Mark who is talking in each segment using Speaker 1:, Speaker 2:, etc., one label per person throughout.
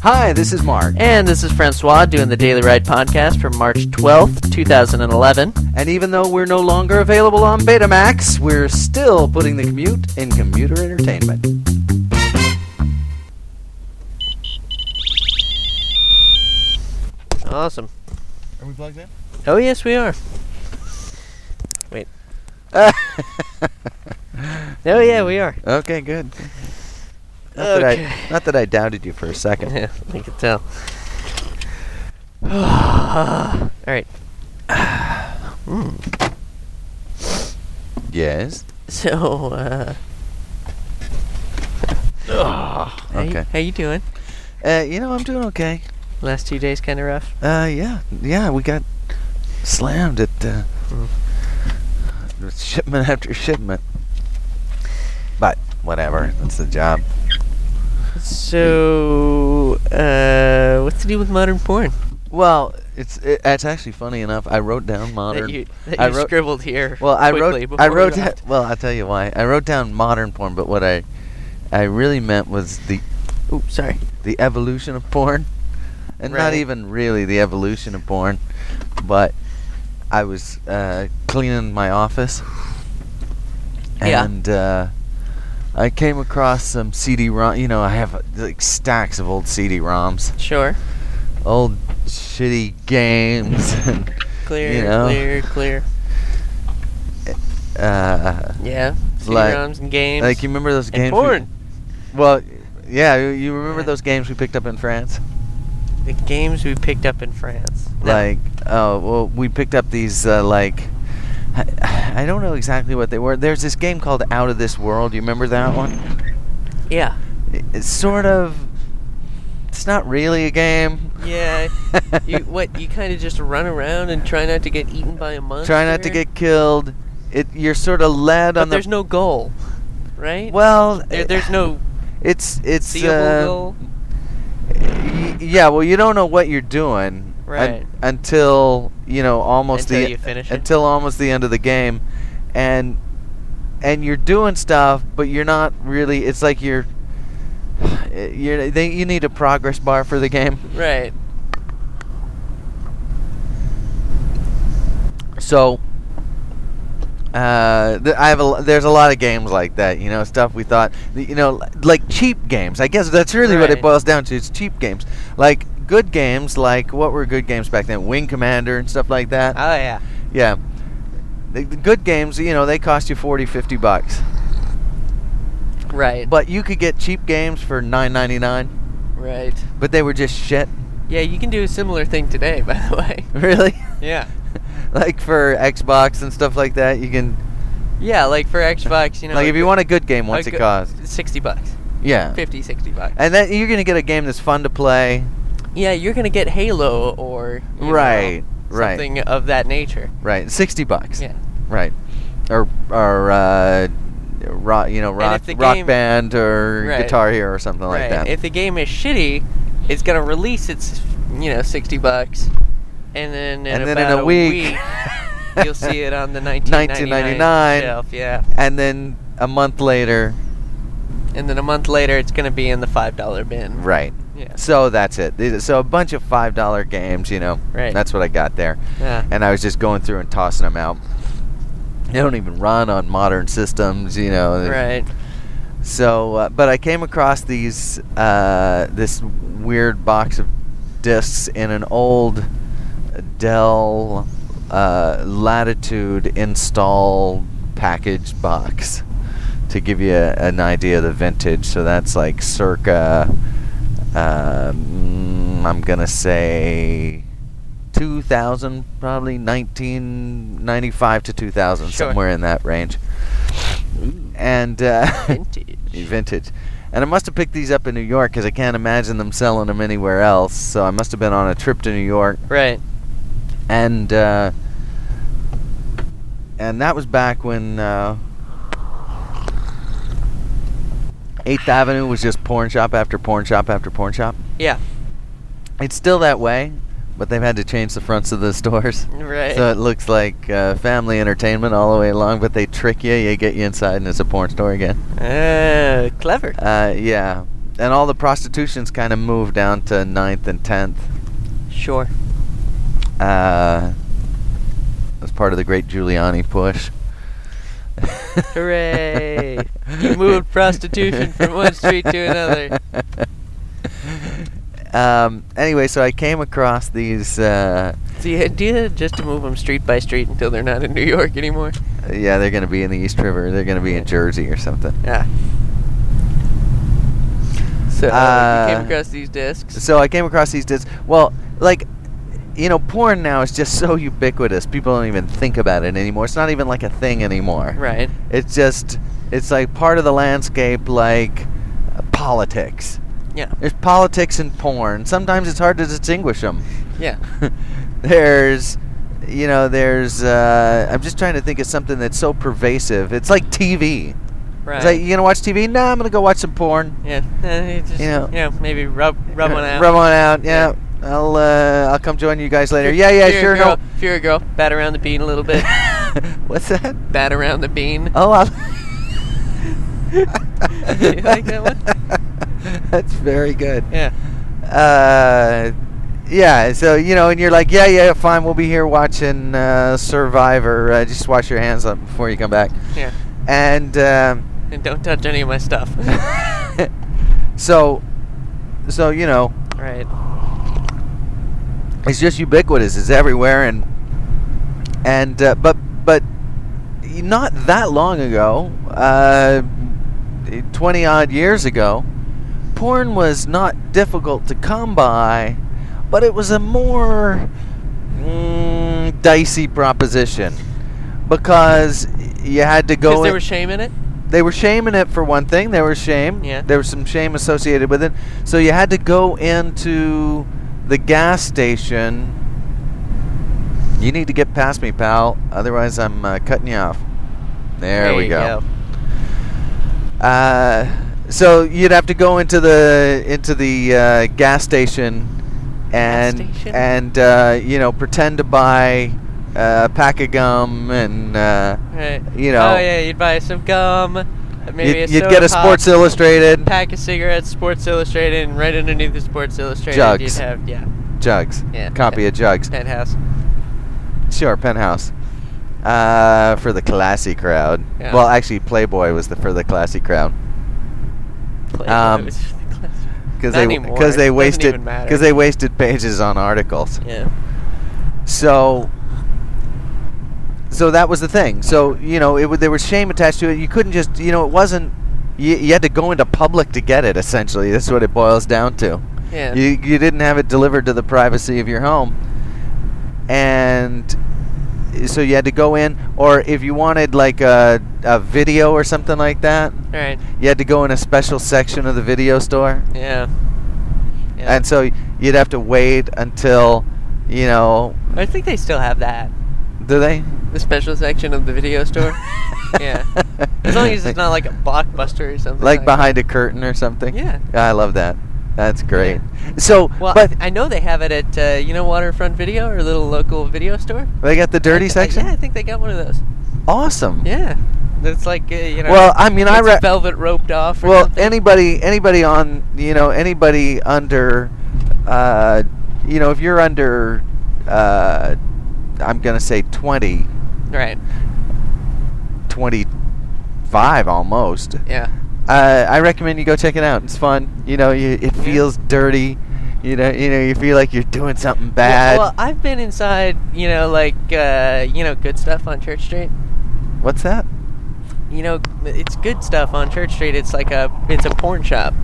Speaker 1: Hi, this is Mark.
Speaker 2: And this is Francois doing the Daily Ride podcast for March 12th, 2011.
Speaker 1: And even though we're no longer available on Betamax, we're still putting the commute in commuter entertainment.
Speaker 2: Awesome.
Speaker 3: Are we plugged in?
Speaker 2: Oh, yes, we are. Wait. oh, yeah, we are.
Speaker 1: Okay, good. Not, that
Speaker 2: Okay.
Speaker 1: I, not that I doubted you for a second.
Speaker 2: Yeah, I can tell. All right.
Speaker 1: yes.
Speaker 2: So, uh. how You,
Speaker 1: Okay.
Speaker 2: how you doing?
Speaker 1: Uh, you know, I'm doing okay.
Speaker 2: Last two days kind of rough.
Speaker 1: Uh, yeah, yeah, we got slammed at uh, shipment after shipment. But whatever, that's the job.
Speaker 2: So, uh, what's to do with modern porn?
Speaker 1: Well, it's it, it's actually funny enough. I wrote down modern.
Speaker 2: That you, that
Speaker 1: I
Speaker 2: you
Speaker 1: wrote-
Speaker 2: scribbled here.
Speaker 1: well, I
Speaker 2: quickly
Speaker 1: wrote.
Speaker 2: before
Speaker 1: I
Speaker 2: we
Speaker 1: wrote.
Speaker 2: left.
Speaker 1: da- well, I'll tell you why. I wrote down modern porn, but what I I really meant was the
Speaker 2: Oops, sorry.
Speaker 1: the evolution of porn, and not
Speaker 2: Right.
Speaker 1: even really the evolution of porn, but I was uh, cleaning my office,
Speaker 2: Yeah.
Speaker 1: and uh, I came across some CD-ROM. You know, I have uh, like stacks of old CD-ROMs,
Speaker 2: Sure.
Speaker 1: old shitty games, and
Speaker 2: Clear,
Speaker 1: You know.
Speaker 2: clear, clear.
Speaker 1: uh,
Speaker 2: Yeah.
Speaker 1: Like-
Speaker 2: CD-ROms and games.
Speaker 1: like you remember those
Speaker 2: and
Speaker 1: games? we-
Speaker 2: porn.
Speaker 1: well, yeah, you- you remember
Speaker 2: Yeah.
Speaker 1: those games we picked up in France?
Speaker 2: The games we picked up in France. No.
Speaker 1: like oh well we picked up these uh, like I, I don't know exactly what they were there's this game called out of this world you remember that one
Speaker 2: Yeah.
Speaker 1: It- it's sort of it's not really a game
Speaker 2: Yeah. you what? You kind of just run around and try not to get eaten by a monster.
Speaker 1: try not to get killed it you're sort of led
Speaker 2: But
Speaker 1: on the
Speaker 2: there's no goal, right?
Speaker 1: well
Speaker 2: There,
Speaker 1: it-
Speaker 2: there's no
Speaker 1: it's it's
Speaker 2: seeable
Speaker 1: uh,
Speaker 2: goal.
Speaker 1: y- yeah well you don't know what you're doing un-
Speaker 2: Right.
Speaker 1: until you know almost
Speaker 2: Until
Speaker 1: the
Speaker 2: you finish it.
Speaker 1: until almost the end of the game and and you're doing stuff but you're not really it's like you're you're they, you need a progress bar for the game
Speaker 2: Right.
Speaker 1: so uh, th- I have a, l- there's a lot of games like that, you know, stuff we thought, you know, l- like cheap games. I guess that's really what it
Speaker 2: Right.
Speaker 1: boils down to. It's cheap games, like good games, like what were good games back then? Wing Commander and stuff like that.
Speaker 2: Oh yeah.
Speaker 1: yeah, the, the good games, you know, they cost you 40, 50 bucks,
Speaker 2: Right.
Speaker 1: but you could get cheap games for nine ninety nine,
Speaker 2: right.
Speaker 1: but they were just shit.
Speaker 2: Yeah, you can do a similar thing today, by the way.
Speaker 1: Really,
Speaker 2: Yeah.
Speaker 1: like for Xbox and stuff like that, you can
Speaker 2: Yeah, like for Xbox, you know.
Speaker 1: like if
Speaker 2: a
Speaker 1: you
Speaker 2: go-
Speaker 1: want a good game,
Speaker 2: a
Speaker 1: what's it
Speaker 2: go-
Speaker 1: cost?
Speaker 2: 60 bucks.
Speaker 1: Yeah.
Speaker 2: 50, 60 bucks.
Speaker 1: And then you're gonna get a game that's fun to play.
Speaker 2: Yeah, you're going to get Halo or you know,
Speaker 1: Right, right.
Speaker 2: something of that nature.
Speaker 1: Right. Sixty bucks.
Speaker 2: Yeah.
Speaker 1: Right. Or or uh, rock you know rock
Speaker 2: if the
Speaker 1: rock
Speaker 2: game-
Speaker 1: band or
Speaker 2: Right.
Speaker 1: guitar hero or something like
Speaker 2: right.
Speaker 1: that.
Speaker 2: If the game is shitty, it's going to release its, you know, 60 bucks. And then in,
Speaker 1: and then
Speaker 2: about
Speaker 1: in a week,
Speaker 2: week, you'll see it on the 1999
Speaker 1: 1999.
Speaker 2: shelf, yeah.
Speaker 1: and then a month later,
Speaker 2: And then a month later, it's going to be in the $5 bin.
Speaker 1: right.
Speaker 2: Yeah.
Speaker 1: So that's it. These- So a bunch of five dollar games, you know.
Speaker 2: Right.
Speaker 1: That's what I got there,
Speaker 2: Yeah.
Speaker 1: and I was just going through and tossing them out. They don't even run on modern systems, you know. They-
Speaker 2: Right.
Speaker 1: So, uh, but I came across these uh, this weird box of discs in an old Dell uh, Latitude install package box to give you a, an idea of the vintage. So that's like circa, um, I'm gonna say. 2000 probably 1995 to 2000
Speaker 2: Sure.
Speaker 1: somewhere in that range and uh,
Speaker 2: Vintage.
Speaker 1: vintage. And I must have picked these up in New York because I can't imagine them selling them anywhere else. So I must have been on a trip to New York,
Speaker 2: Right.
Speaker 1: and uh, and that was back when uh, Eighth Avenue was just porn shop after porn shop after porn shop.
Speaker 2: Yeah.
Speaker 1: It's still that way, but they've had to change the fronts of the stores.
Speaker 2: Right.
Speaker 1: So it looks like uh, family entertainment all the way along, but they trick you. They get you inside, and it's a porn store again.
Speaker 2: Uh, clever.
Speaker 1: Uh, yeah. and all the prostitutions kind of moved down to 9th and 10th
Speaker 2: Sure.
Speaker 1: uh, as part of the great Giuliani push.
Speaker 2: Hooray. You moved prostitution from one street to another.
Speaker 1: Um, anyway, so I came across these. Uh,
Speaker 2: The idea just to move them street by street until they're not in New York anymore.
Speaker 1: yeah, they're going to be in the East River. They're going to be in Jersey or something.
Speaker 2: Yeah. So you
Speaker 1: Uh,
Speaker 2: came across these discs.
Speaker 1: So I came across these discs. Well, like, you know, porn now is just so ubiquitous. People don't even think about it anymore. It's not even like a thing anymore.
Speaker 2: Right.
Speaker 1: It's just, it's like part of the landscape, like uh, politics.
Speaker 2: Yeah.
Speaker 1: There's politics and porn. Sometimes it's hard to distinguish them.
Speaker 2: Yeah.
Speaker 1: there's, you know, there's. Uh, I'm just trying to think of something that's so pervasive. It's like TV.
Speaker 2: Right.
Speaker 1: It's like you gonna watch TV? Nah, I'm gonna go watch some porn.
Speaker 2: yeah. eh, you just,
Speaker 1: You know-
Speaker 2: you know, maybe rub rub one out.
Speaker 1: Rub one out. Yeah. I'll uh, I'll come join you guys later. Yeah, yeah,
Speaker 2: if
Speaker 1: sure.
Speaker 2: you're a
Speaker 1: No.
Speaker 2: girl, If you're a girl, bat around the bean a little bit.
Speaker 1: What's that?
Speaker 2: bat around the bean.
Speaker 1: Oh, I.
Speaker 2: Do you like that
Speaker 1: one? That's very good.
Speaker 2: Yeah.
Speaker 1: Uh, yeah. So you know, and you're like, yeah, yeah, fine. We'll be here watching uh, Survivor. Uh, just wash your hands up before you come back.
Speaker 2: Yeah.
Speaker 1: And um,
Speaker 2: And don't touch any of my stuff.
Speaker 1: so, so you know,
Speaker 2: right.
Speaker 1: it's just ubiquitous. It's everywhere, and and uh, but but not that long ago, uh, twenty odd years ago, porn was not difficult to come by, but it was a more mm, dicey proposition because you had to go.
Speaker 2: Because there
Speaker 1: in-
Speaker 2: was shame in it.
Speaker 1: they were shaming it for one thing. There was shame.
Speaker 2: Yeah.
Speaker 1: There was some shame associated with it. So you had to go into the gas station. You need to get past me, pal. Otherwise, I'm uh, cutting you off. There, we
Speaker 2: you
Speaker 1: go. Uh, so you'd have to go into the into the uh, gas station,
Speaker 2: Gas
Speaker 1: and
Speaker 2: station?
Speaker 1: and uh, you know pretend to buy uh, a pack of gum and. Uh,
Speaker 2: Right.
Speaker 1: You know.
Speaker 2: Oh yeah, you'd buy some gum. uh, Maybe
Speaker 1: You'd,
Speaker 2: a
Speaker 1: you'd get
Speaker 2: soda
Speaker 1: a Sports
Speaker 2: pop,
Speaker 1: Illustrated
Speaker 2: pack of cigarettes, Sports Illustrated, and right underneath the Sports Illustrated,
Speaker 1: Jugs.
Speaker 2: you'd have yeah,
Speaker 1: jugs,
Speaker 2: Yeah.
Speaker 1: copy of jugs.
Speaker 2: penthouse.
Speaker 1: Sure, Penthouse. Uh, for the classy crowd.
Speaker 2: Yeah.
Speaker 1: Well, actually, Playboy was the for the classy crowd
Speaker 2: Playboy
Speaker 1: Um,
Speaker 2: was the class-
Speaker 1: because
Speaker 2: Not
Speaker 1: they
Speaker 2: anymore.
Speaker 1: because
Speaker 2: It
Speaker 1: they
Speaker 2: doesn't
Speaker 1: wasted
Speaker 2: even matter.
Speaker 1: because they wasted pages on articles.
Speaker 2: yeah.
Speaker 1: So so that was the thing. So you know, it wa- there was shame attached to it. You couldn't just you know, it wasn't. You, you had to go into public to get it. Essentially, that's what it boils down to.
Speaker 2: Yeah.
Speaker 1: You, you didn't have it delivered to the privacy of your home. And so you had to go in, or if you wanted like a, a video or something like that,
Speaker 2: All right.
Speaker 1: you had to go in a special section of the video store.
Speaker 2: Yeah. Yeah.
Speaker 1: And so you'd have to wait until, you know,
Speaker 2: I think they still have that.
Speaker 1: do they?
Speaker 2: The special section of the video store. Yeah. As long as it's not like a blockbuster or something.
Speaker 1: like
Speaker 2: that.
Speaker 1: behind a curtain or something.
Speaker 2: Yeah.
Speaker 1: I love that. That's great. So,
Speaker 2: Well,
Speaker 1: but
Speaker 2: I, I know they have it at uh, you know Waterfront Video or a little local video store.
Speaker 1: they got the dirty
Speaker 2: I th- I-
Speaker 1: section.
Speaker 2: yeah, I think they got one of those.
Speaker 1: Awesome.
Speaker 2: Yeah, that's like uh, you know.
Speaker 1: Well, I mean, I
Speaker 2: it's
Speaker 1: re-
Speaker 2: velvet roped off. Or
Speaker 1: Well,
Speaker 2: something.
Speaker 1: anybody, anybody on, you know, anybody under, uh, you know, if you're under, uh, I'm gonna say 20,
Speaker 2: right?
Speaker 1: 25 almost.
Speaker 2: Yeah,
Speaker 1: Uh, I recommend you go check it out. It's fun. You know, you, it
Speaker 2: Yeah.
Speaker 1: feels dirty. You know, you know, you feel like you're doing something bad.
Speaker 2: Well, I've been inside, you know, like uh, you know, good stuff on Church Street.
Speaker 1: What's that?
Speaker 2: You know, it's good stuff on Church Street. It's like a it's a porn shop.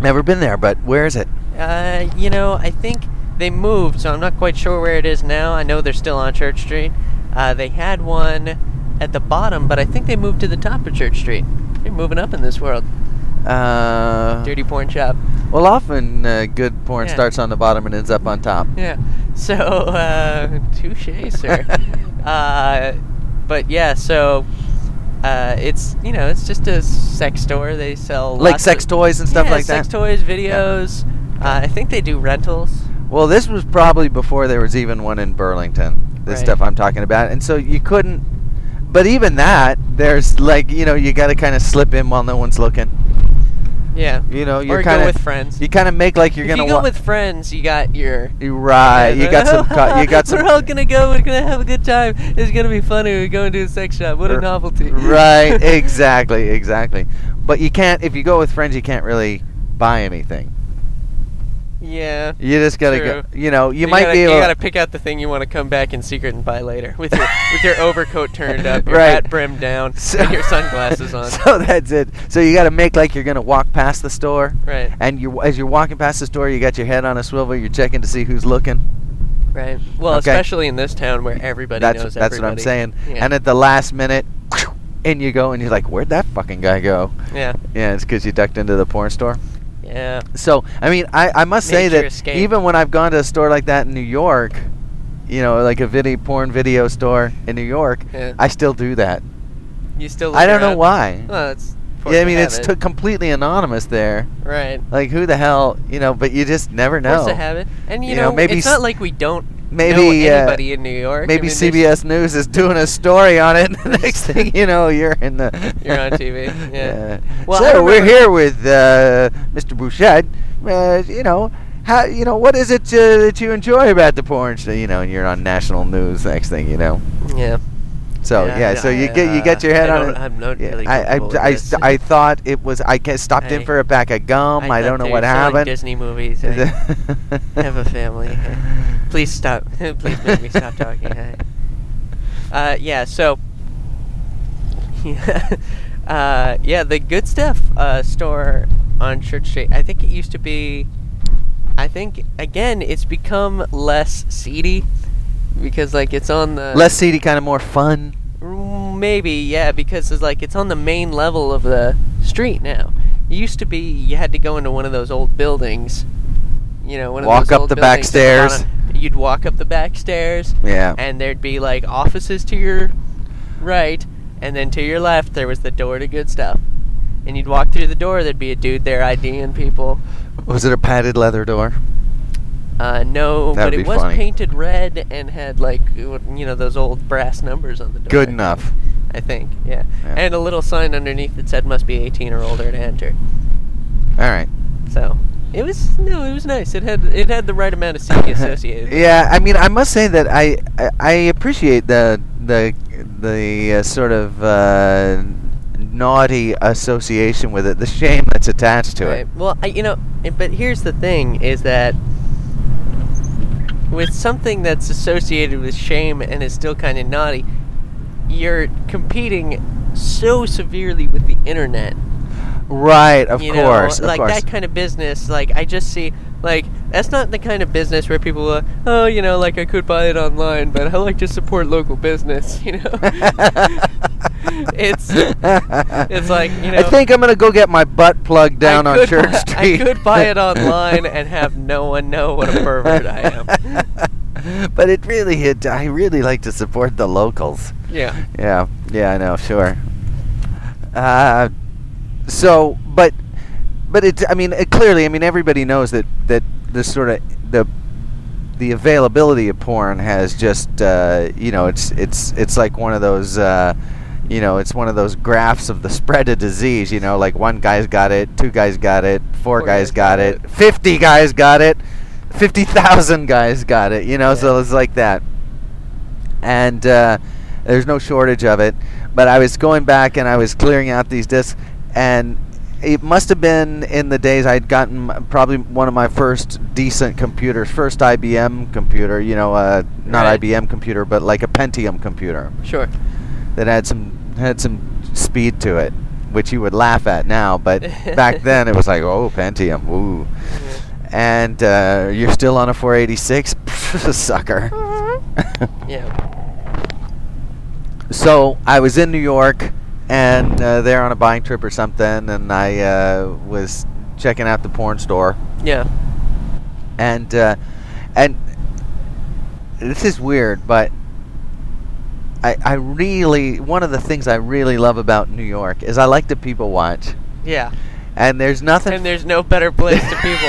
Speaker 1: Never been there, but where is it?
Speaker 2: Uh, you know, I think they moved, so I'm not quite sure where it is now. I know they're still on Church Street. Uh, they had one at the bottom, but I think they moved to the top of Church Street. They're moving up in this world.
Speaker 1: Uh,
Speaker 2: Dirty porn shop.
Speaker 1: well, often uh, good porn
Speaker 2: Yeah.
Speaker 1: starts on the bottom and ends up on top.
Speaker 2: Yeah. So, uh, touche, sir. uh, but yeah, so uh, it's you know it's just a sex store. They sell
Speaker 1: Like
Speaker 2: lots
Speaker 1: sex
Speaker 2: of-
Speaker 1: toys and stuff
Speaker 2: Yeah,
Speaker 1: like
Speaker 2: sex
Speaker 1: that?
Speaker 2: toys, videos. Uh, I think they do rentals.
Speaker 1: Well, this was probably before there was even one in Burlington. This
Speaker 2: Right.
Speaker 1: stuff I'm talking about, and so you couldn't. But even that, there's like you know you got to kind of slip in while no one's looking.
Speaker 2: Yeah.
Speaker 1: You know, you're
Speaker 2: or
Speaker 1: kind
Speaker 2: go
Speaker 1: of
Speaker 2: with friends.
Speaker 1: You kind of make like you're
Speaker 2: if
Speaker 1: gonna
Speaker 2: you go
Speaker 1: wa-
Speaker 2: with friends, you got your.
Speaker 1: You- right. You got some. Co- you got some.
Speaker 2: We're all gonna go. We're gonna have a good time. It's gonna be funny. We're going to a sex shop. What a
Speaker 1: R-
Speaker 2: novelty.
Speaker 1: er, right. Exactly. Exactly. But you can't if you go with friends. You can't really buy anything.
Speaker 2: yeah.
Speaker 1: You just gotta go.
Speaker 2: True.
Speaker 1: You know, you, might
Speaker 2: gotta,
Speaker 1: be able.
Speaker 2: You gotta pick out the thing you want to come back in secret and buy later with your with your overcoat turned up, your
Speaker 1: Right.
Speaker 2: hat brimmed down,
Speaker 1: So-
Speaker 2: and your sunglasses on.
Speaker 1: So that's it. So you got to make like you're gonna walk past the store,
Speaker 2: Right.
Speaker 1: and you as you're walking past the store, you got your head on a swivel. You're checking to see who's looking.
Speaker 2: Right. Well,
Speaker 1: Okay.
Speaker 2: especially in this town where everybody
Speaker 1: that's
Speaker 2: knows
Speaker 1: that's what
Speaker 2: everybody.
Speaker 1: I'm saying.
Speaker 2: Yeah.
Speaker 1: And at the last minute, in you go, and you're like, "Where'd that fucking guy go?"
Speaker 2: yeah.
Speaker 1: Yeah, it's because you ducked into the porn store.
Speaker 2: Yeah.
Speaker 1: So I mean, I, I must say
Speaker 2: Nature
Speaker 1: that
Speaker 2: escape.
Speaker 1: even when I've gone to a store like that in New York, you know, like a video porn video store in New York,
Speaker 2: Yeah.
Speaker 1: I still do that.
Speaker 2: You still.
Speaker 1: I don't
Speaker 2: look
Speaker 1: know
Speaker 2: around.
Speaker 1: why.
Speaker 2: Well, it's.
Speaker 1: yeah, I mean, it's t-
Speaker 2: took.
Speaker 1: completely anonymous there.
Speaker 2: Right.
Speaker 1: Like who the hell, you know? But you just never know.
Speaker 2: Force of habit. And you,
Speaker 1: You know,
Speaker 2: know,
Speaker 1: maybe
Speaker 2: it's
Speaker 1: s-
Speaker 2: not like we don't
Speaker 1: maybe,
Speaker 2: know
Speaker 1: uh,
Speaker 2: anybody in New York. I
Speaker 1: Maybe
Speaker 2: mean, there's-
Speaker 1: CBS News is doing a story on it. The next thing you know, you're in the.
Speaker 2: You're on TV, yeah. Well, I
Speaker 1: so we're
Speaker 2: remember-
Speaker 1: here with uh, Mr. Bouchette. Uh, you know how you know what is it uh, that you enjoy about the porn? So, you know, and you're on national news. Next thing you know.
Speaker 2: Yeah.
Speaker 1: So
Speaker 2: Yeah,
Speaker 1: yeah, so you
Speaker 2: I,
Speaker 1: get you get your
Speaker 2: uh,
Speaker 1: head
Speaker 2: I
Speaker 1: on
Speaker 2: don't-
Speaker 1: it.
Speaker 2: I'm not
Speaker 1: Yeah,
Speaker 2: really
Speaker 1: I I,
Speaker 2: comfortable with
Speaker 1: I,
Speaker 2: this.
Speaker 1: st- I thought it was I ca- stopped in
Speaker 2: I-
Speaker 1: for a pack of gum. I,
Speaker 2: thought
Speaker 1: don't know
Speaker 2: they
Speaker 1: what
Speaker 2: were selling
Speaker 1: happened.
Speaker 2: Disney movies. I have a family. Please stop. Please make me stop talking. I- Uh, yeah. So. Yeah. uh, yeah. The good stuff uh, store on Church Street. I think it used to be. I think again, it's become less seedy, because like it's on the
Speaker 1: Less seedy, kind of more fun.
Speaker 2: Mm, Maybe, yeah, because it's like it's on the main level of the street now. It used to be you had to go into one of those old buildings. You know, one of
Speaker 1: Walk
Speaker 2: those
Speaker 1: up
Speaker 2: old
Speaker 1: the back
Speaker 2: buildings at the
Speaker 1: stairs.
Speaker 2: bottom. You'd walk up the back stairs,
Speaker 1: Yeah.
Speaker 2: and there'd be like offices to your right, and then to your left there was the door to good stuff. And you'd walk through the door, there'd be a dude there IDing people.
Speaker 1: Was it a padded leather door?
Speaker 2: Uh, no,
Speaker 1: That'd
Speaker 2: but
Speaker 1: be
Speaker 2: it was
Speaker 1: funny.
Speaker 2: painted red and had like you know those old brass numbers on the door.
Speaker 1: Good enough.
Speaker 2: I think, yeah.
Speaker 1: Yeah.
Speaker 2: And a little sign underneath that said must be 18 or older to enter.
Speaker 1: All right.
Speaker 2: So it was no, it was nice. It had it had the right amount of CD associated. with it.
Speaker 1: yeah, I mean, I must say that I I, I appreciate the the the uh, sort of uh, naughty association with it, the shame that's attached to it.
Speaker 2: Right. Well, I, you know, and- but here's the thing: is that with something that's associated with shame and is still kind of naughty, you're competing so severely with the internet.
Speaker 1: Right, of
Speaker 2: you know,
Speaker 1: course, of
Speaker 2: like
Speaker 1: course.
Speaker 2: that kind of business. Like I just see, like that's not the kind of business where people, are, oh, you know, like I could buy it online, but I like to support local business. You know, it's it's like you know.
Speaker 1: I think I'm gonna go get my butt plugged
Speaker 2: I
Speaker 1: down on
Speaker 2: could
Speaker 1: Church
Speaker 2: buy-
Speaker 1: Street.
Speaker 2: I could buy it online and have no one know what a pervert I am.
Speaker 1: am. but it really, it, I really like to support the locals.
Speaker 2: Yeah.
Speaker 1: Yeah, yeah, I know, sure. Uh, so, but, but it's, I mean, it, clearly, I mean, everybody knows that that the sort of the the availability of porn has just, uh, you know, it's it's it's like one of those. Uh, you know, it's one of those graphs of the spread of disease. You know, like one guy's got it, two guys got it, four, guys, got, it, fifty guys got it, fifty thousand guys got it. You know, so
Speaker 2: Yeah.
Speaker 1: it's like that and uh, there's no shortage of it. But I was going back and I was clearing out these discs, and it must have been in the days I'd gotten m- probably one of my first decent computers, first IBM computer, you know, uh, not
Speaker 2: Right.
Speaker 1: IBM computer, but like a Pentium computer
Speaker 2: Sure.
Speaker 1: that had some had some speed to it, which you would laugh at now, but back then it was like, oh, Pentium, ooh. And uh, you're still on a 486, sucker.
Speaker 2: Yeah.
Speaker 1: so I was in New York and uh, there on a buying trip or something, and I uh, was checking out the porn store,
Speaker 2: Yeah.
Speaker 1: and uh, and this is weird, but I I really one of the things I really love about New York is I like to people watch,
Speaker 2: Yeah.
Speaker 1: and there's nothing
Speaker 2: And there's no better place to people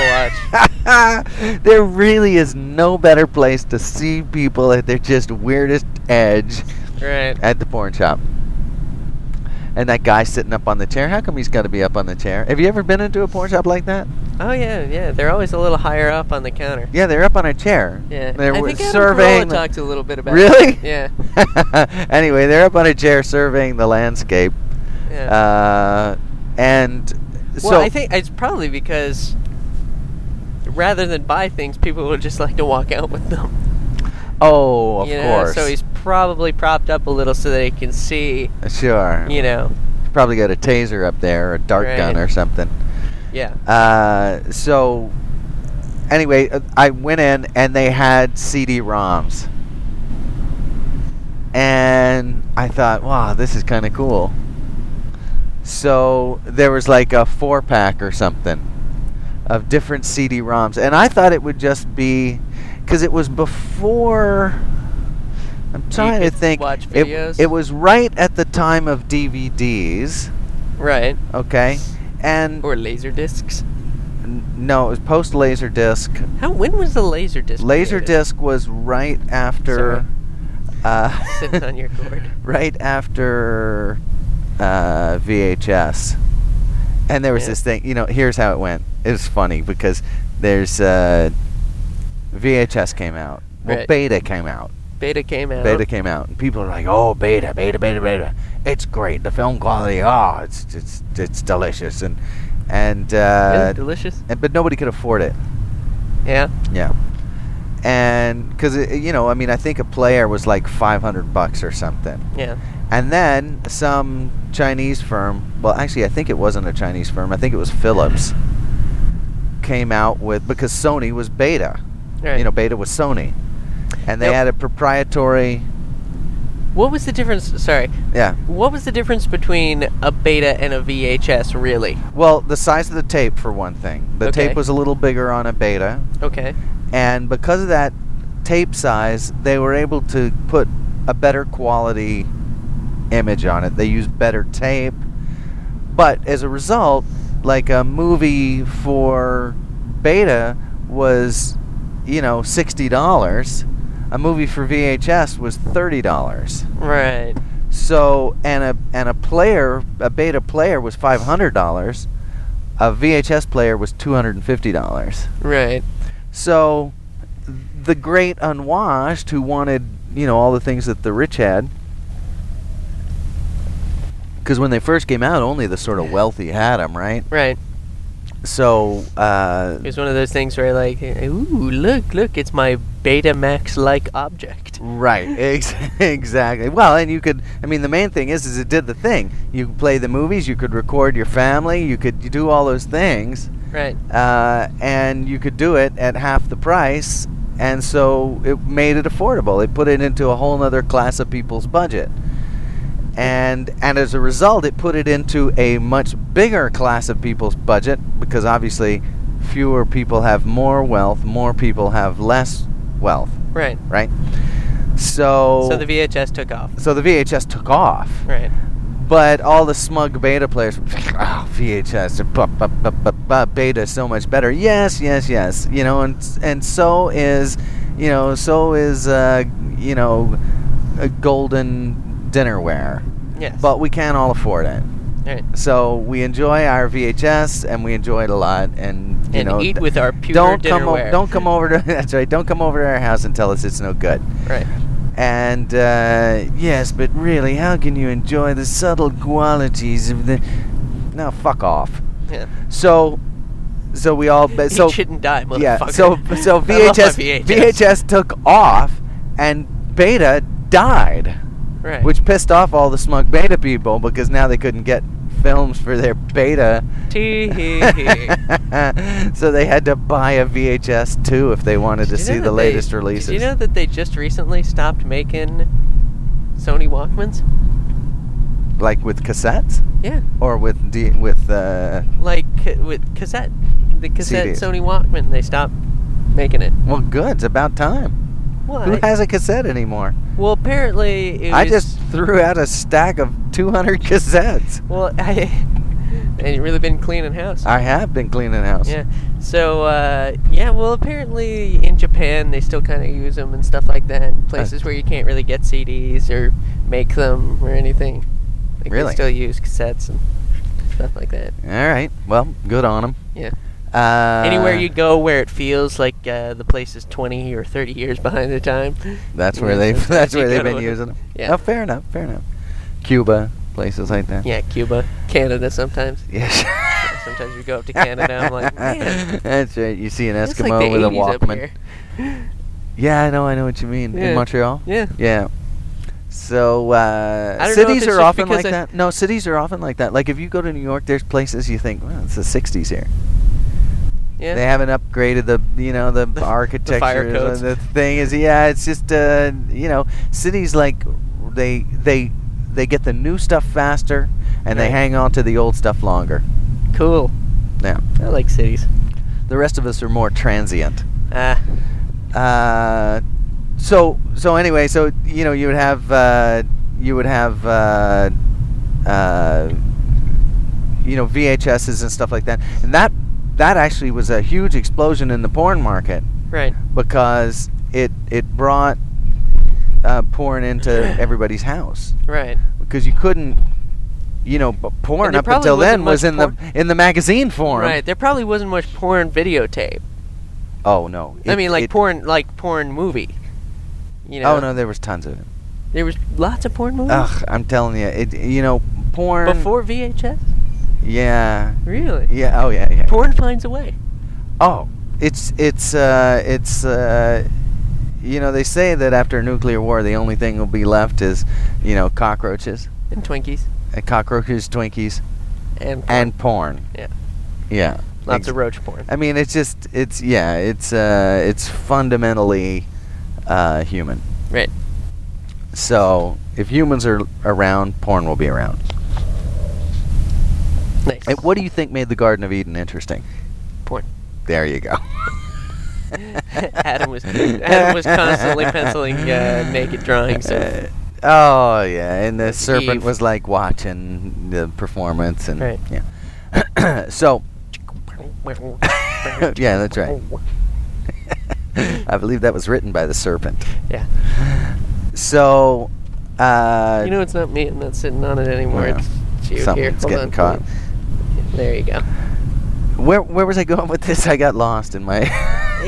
Speaker 2: watch.
Speaker 1: there really is no better place to see people at their just weirdest edge
Speaker 2: Right.
Speaker 1: at the porn shop. and that guy sitting up on the chair. How come he's got to be up on the chair? Have you ever been into a porn shop like that?
Speaker 2: Oh yeah, yeah. They're always a little higher up on the counter.
Speaker 1: Yeah, they're up on a chair.
Speaker 2: Yeah.
Speaker 1: They
Speaker 2: I
Speaker 1: were
Speaker 2: think Adam
Speaker 1: surveying
Speaker 2: Carolla
Speaker 1: the-
Speaker 2: talked a little bit about.
Speaker 1: Really?
Speaker 2: It. Yeah.
Speaker 1: anyway, they're up on a chair surveying the landscape.
Speaker 2: Yeah.
Speaker 1: Uh, and so
Speaker 2: well, I think it's probably because rather than buy things, people would just like to walk out with them.
Speaker 1: oh, of
Speaker 2: you know?
Speaker 1: course.
Speaker 2: So he's probably propped up a little so that he can see.
Speaker 1: sure.
Speaker 2: You know.
Speaker 1: Probably got a taser up there or a dart gun
Speaker 2: Right.
Speaker 1: or something.
Speaker 2: Yeah.
Speaker 1: Uh, so anyway, uh, I went in and they had CD-ROMs. And I thought, wow, this is kind of cool. So there was like a four pack or something of different CD-ROMs. And I thought it would just be because it was before I'm trying to
Speaker 2: could
Speaker 1: think
Speaker 2: watch
Speaker 1: it-
Speaker 2: videos?
Speaker 1: it was right at the time of DVDs,
Speaker 2: Right.
Speaker 1: okay? And
Speaker 2: Or laser discs.
Speaker 1: N- No, it was post laser disc.
Speaker 2: How? When was the laser disc?
Speaker 1: Laser
Speaker 2: created?
Speaker 1: disc was right after. Uh,
Speaker 2: Sitting on your cord.
Speaker 1: Right after uh, VHS, and there was
Speaker 2: Yeah.
Speaker 1: this thing. You know, here's how it went. It was funny because there's uh, VHS came out. Well,
Speaker 2: Right.
Speaker 1: Beta came out.
Speaker 2: Beta came out.
Speaker 1: Beta came out, and people are like, "Oh, Beta, Beta, Beta, Beta. It's great. The film quality. Oh, it's it's it's delicious." And and
Speaker 2: Really
Speaker 1: uh,
Speaker 2: delicious.
Speaker 1: and but nobody could afford it.
Speaker 2: Yeah.
Speaker 1: Yeah. And because you know, I mean, I think a player was like 500 bucks or something.
Speaker 2: Yeah.
Speaker 1: And then some Chinese firm, well, actually, I think it wasn't a Chinese firm. I think it was Philips came out with because Sony was Beta.
Speaker 2: Right.
Speaker 1: You know, Beta was Sony, and they
Speaker 2: Yep.
Speaker 1: had a proprietary.
Speaker 2: What was the difference? Sorry.
Speaker 1: Yeah.
Speaker 2: What was the difference between a beta and a VHS? Really?
Speaker 1: Well, the size of the tape for one thing. The
Speaker 2: Okay.
Speaker 1: tape was a little bigger on a Beta.
Speaker 2: Okay.
Speaker 1: and because of that tape size, they were able to put a better quality image on it. They used better tape, but as a result, like a movie for Beta was, you know, sixty dollars. A movie for VHS was thirty dollars.
Speaker 2: Right.
Speaker 1: So and a and a player, a Beta player was five hundred dollars. A VHS player was two hundred and fifty dollars.
Speaker 2: Right.
Speaker 1: So, the great unwashed who wanted, you know, all the things that the rich had. Because when they first came out, only the sort of wealthy had them, right?
Speaker 2: Right.
Speaker 1: So, uh,
Speaker 2: It was one of those things where like, ooh, look, look, it's my Betamax-like object.
Speaker 1: right, ex- exactly. Well, and you could, I mean, the main thing is, is it did the thing. You could play the movies, you could record your family, you could do all those things,
Speaker 2: Right.
Speaker 1: uh, and you could do it at half the price. And so it made it affordable. It put it into a whole other class of people's budget. And and as a result, it put it into a much bigger class of people's budget because obviously fewer people have more wealth, more people have less wealth,
Speaker 2: Right.
Speaker 1: right? So
Speaker 2: So the VHS took off.
Speaker 1: so the VHS took off.
Speaker 2: Right.
Speaker 1: But all the smug beta players, oh, VHS, bu- bu- bu- bu- bu- beta is so much better. Yes, yes, yes. You know, and and so is, you know, so is, uh, you know, uh golden dinnerware.
Speaker 2: Yes.
Speaker 1: But we can't all afford it.
Speaker 2: Right.
Speaker 1: So we enjoy our VHS, and we enjoy it a lot. And you
Speaker 2: And
Speaker 1: know,
Speaker 2: eat
Speaker 1: th-
Speaker 2: with our pewter
Speaker 1: don't come o-
Speaker 2: dinnerware.
Speaker 1: don't come over to that's right. Don't come over to our house and tell us it's no good.
Speaker 2: Right.
Speaker 1: And uh, yes, but really, how can you enjoy the subtle qualities of the? No, fuck off.
Speaker 2: Yeah.
Speaker 1: So, so we all but so
Speaker 2: Eat shit and die, motherfucker.
Speaker 1: yeah. So
Speaker 2: I
Speaker 1: so
Speaker 2: love my
Speaker 1: VHS,
Speaker 2: VHS.
Speaker 1: took off, and Beta died,
Speaker 2: Right.
Speaker 1: which pissed off all the smug Beta people because now they couldn't get films for their Beta.
Speaker 2: Tee hee hee.
Speaker 1: so they had to buy a VHS too if they wanted to
Speaker 2: Did you know
Speaker 1: see
Speaker 2: that
Speaker 1: the
Speaker 2: they-
Speaker 1: latest releases.
Speaker 2: Did you know that they just recently stopped making Sony Walkmans?
Speaker 1: like with cassettes.
Speaker 2: Yeah,
Speaker 1: or with D, with uh,
Speaker 2: like ca- with cassette, the cassette
Speaker 1: CDs.
Speaker 2: Sony Walkman. They stopped making it.
Speaker 1: well, good. It's about time.
Speaker 2: Why?
Speaker 1: Who has a cassette anymore?
Speaker 2: well, apparently it
Speaker 1: I
Speaker 2: was-
Speaker 1: just threw out a stack of 200 cassettes.
Speaker 2: well, I ain't really been cleaning house.
Speaker 1: I have been cleaning house.
Speaker 2: yeah. So uh, yeah, well, apparently in Japan they still kind of use them and stuff like that. Places where you can't really get CDs or make them or anything. Like, they
Speaker 1: Really?
Speaker 2: still use cassettes and stuff like that.
Speaker 1: All right. Well, good on them.
Speaker 2: Yeah.
Speaker 1: Uh,
Speaker 2: Anywhere you go, where it feels like uh, the place is 20 or 30 years behind the time.
Speaker 1: That's
Speaker 2: you
Speaker 1: where
Speaker 2: know,
Speaker 1: they.
Speaker 2: sometimes
Speaker 1: That's
Speaker 2: you
Speaker 1: where they've
Speaker 2: gotta
Speaker 1: been
Speaker 2: look at-
Speaker 1: using them.
Speaker 2: Yeah.
Speaker 1: Oh, fair enough. Fair enough. Cuba, places like that.
Speaker 2: Yeah, Cuba, Canada sometimes.
Speaker 1: Yes.
Speaker 2: Sometimes you go up to Canada, I'm like, man.
Speaker 1: That's right. You see an
Speaker 2: It's like
Speaker 1: Eskimo
Speaker 2: the
Speaker 1: with a
Speaker 2: 80s up
Speaker 1: Walkman.
Speaker 2: here.
Speaker 1: Yeah, I know. I know what you mean.
Speaker 2: Yeah.
Speaker 1: In Montreal.
Speaker 2: Yeah.
Speaker 1: Yeah. So
Speaker 2: I
Speaker 1: uh,
Speaker 2: don't know if
Speaker 1: cities
Speaker 2: it's
Speaker 1: are
Speaker 2: just
Speaker 1: often
Speaker 2: because
Speaker 1: like
Speaker 2: I-
Speaker 1: that. No, cities are often like that. Like if you go to New York, there's places you think, well, it's the '60s here.
Speaker 2: Yeah.
Speaker 1: They haven't upgraded the, you know, the,
Speaker 2: The- the fire
Speaker 1: architecture. and
Speaker 2: codes.
Speaker 1: The thing is, yeah, it's just, uh, you know, cities like they they they get the new stuff faster and they
Speaker 2: Right.
Speaker 1: hang on to the old stuff longer.
Speaker 2: Cool.
Speaker 1: Now,
Speaker 2: I like cities.
Speaker 1: the rest of us are more transient.
Speaker 2: Ah.
Speaker 1: Uh, so so anyway, so you know, you would have uh, you would have uh, uh, you know VHSs and stuff like that, and that that actually was a huge explosion in the porn market
Speaker 2: right.
Speaker 1: because it it brought uh, porn into everybody's house
Speaker 2: Right.
Speaker 1: because you couldn't. You know, b- porn
Speaker 2: there
Speaker 1: up
Speaker 2: probably
Speaker 1: until then
Speaker 2: wasn't
Speaker 1: was
Speaker 2: much
Speaker 1: in
Speaker 2: porn.
Speaker 1: the in the magazine form.
Speaker 2: Right. There probably wasn't much porn videotape.
Speaker 1: Oh no.
Speaker 2: I
Speaker 1: It-
Speaker 2: mean, like
Speaker 1: it-
Speaker 2: porn, like porn movie. You know.
Speaker 1: Oh no, there was tons of it.
Speaker 2: There was lots of porn movies
Speaker 1: Ugh, I'm telling you, it. You know, porn.
Speaker 2: before VHS.
Speaker 1: Yeah.
Speaker 2: Really.
Speaker 1: Yeah. Oh yeah. Yeah.
Speaker 2: Porn finds a way.
Speaker 1: Oh, it's it's uh it's uh. You know, they say that after a nuclear war, the only thing will be left is, you know, cockroaches,
Speaker 2: And Twinkies.
Speaker 1: uh, cockroaches, Twinkies,
Speaker 2: And.
Speaker 1: and porn.
Speaker 2: Yeah.
Speaker 1: Yeah.
Speaker 2: Lots
Speaker 1: Ex-
Speaker 2: of roach porn.
Speaker 1: I mean, it's just it's yeah, it's uh, it's fundamentally uh, human.
Speaker 2: Right.
Speaker 1: So if humans are around, porn will be around.
Speaker 2: Nice.
Speaker 1: And what do you think made the Garden of Eden interesting?
Speaker 2: Porn.
Speaker 1: There you go.
Speaker 2: Adam was- Adam was constantly penciling, uh, naked drawings of-
Speaker 1: Uh, oh yeah, and the
Speaker 2: Of
Speaker 1: serpent
Speaker 2: Eve.
Speaker 1: was like watching the performance and
Speaker 2: Right.
Speaker 1: yeah. so yeah, that's right. I believe that was written by the serpent.
Speaker 2: Yeah.
Speaker 1: So, uh,
Speaker 2: You know, it's not me. I'm not sitting on it anymore.
Speaker 1: Yeah.
Speaker 2: It's, it's you
Speaker 1: Something's
Speaker 2: here. Hold
Speaker 1: getting
Speaker 2: on.
Speaker 1: caught.
Speaker 2: There you go.
Speaker 1: where where was I going with this? I got lost in my.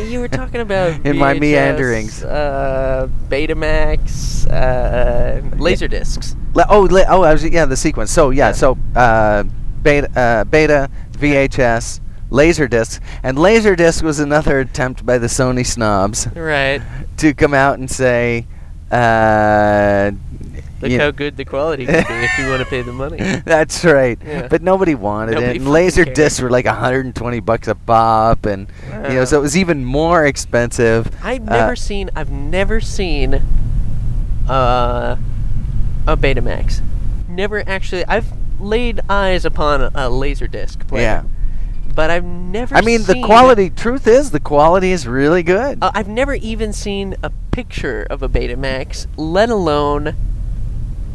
Speaker 2: You were talking about
Speaker 1: in my
Speaker 2: VHS,
Speaker 1: meanderings.
Speaker 2: uh, Betamax, uh, laser discs.
Speaker 1: Le- oh, le- oh, I was, yeah, the sequence. So yeah,
Speaker 2: Yeah.
Speaker 1: so uh, beta, uh, beta, VHS, Laserdisc, and Laserdisc was another attempt by the Sony snobs
Speaker 2: Right.
Speaker 1: to come out and say, uh,
Speaker 2: Look
Speaker 1: you-
Speaker 2: how good the quality can be if you want to pay the money.
Speaker 1: That's right.
Speaker 2: Yeah.
Speaker 1: But nobody wanted
Speaker 2: Nobody
Speaker 1: it. And
Speaker 2: fucking
Speaker 1: laser
Speaker 2: cared.
Speaker 1: discs were like 120 bucks a pop, and you know,
Speaker 2: Wow.
Speaker 1: so it was even more expensive.
Speaker 2: I've
Speaker 1: Uh,
Speaker 2: never seen. I've never seen. Uh, a Betamax. Never actually. I've laid eyes upon a, a laser disc player. But I've never.
Speaker 1: I mean, the
Speaker 2: seen-
Speaker 1: quality. Truth is, the quality is really good.
Speaker 2: Uh, I've never even seen a picture of a Betamax, let alone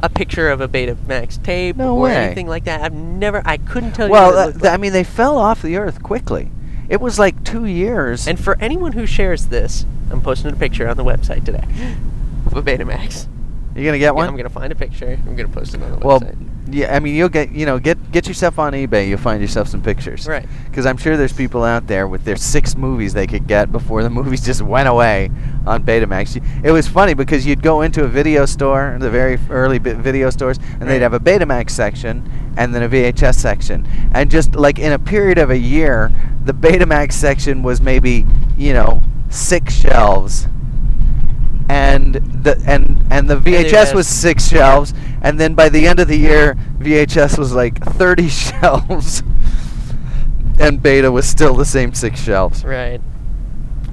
Speaker 2: a picture of a Betamax tape
Speaker 1: No
Speaker 2: or
Speaker 1: way.
Speaker 2: anything like that. I've never. I couldn't tell you.
Speaker 1: well,
Speaker 2: what it
Speaker 1: uh,
Speaker 2: looked
Speaker 1: th- I
Speaker 2: like.
Speaker 1: mean, they fell off the earth quickly. It was like two years.
Speaker 2: And for anyone who shares this, I'm posting a picture on the website today of a Betamax.
Speaker 1: you gonna get one?
Speaker 2: I'm gonna find a picture. I'm gonna post it on the
Speaker 1: well,
Speaker 2: website.
Speaker 1: yeah. I mean, you'll get you know get get yourself on eBay. You'll find yourself some pictures.
Speaker 2: Right.
Speaker 1: Because I'm sure there's people out there with their six movies they could get before the movies just went away on Betamax. Y- It was funny because you'd go into a video store, the very f- early bi- video stores, and they'd
Speaker 2: Right.
Speaker 1: have a Betamax section and then a VHS section, and just like in a period of a year, the Betamax section was maybe you know six shelves. And the and and the
Speaker 2: they
Speaker 1: VHS
Speaker 2: had-
Speaker 1: was six shelves, and then by the end of the year, VHS was like 30 shelves, and Beta was still the same six shelves,
Speaker 2: Right.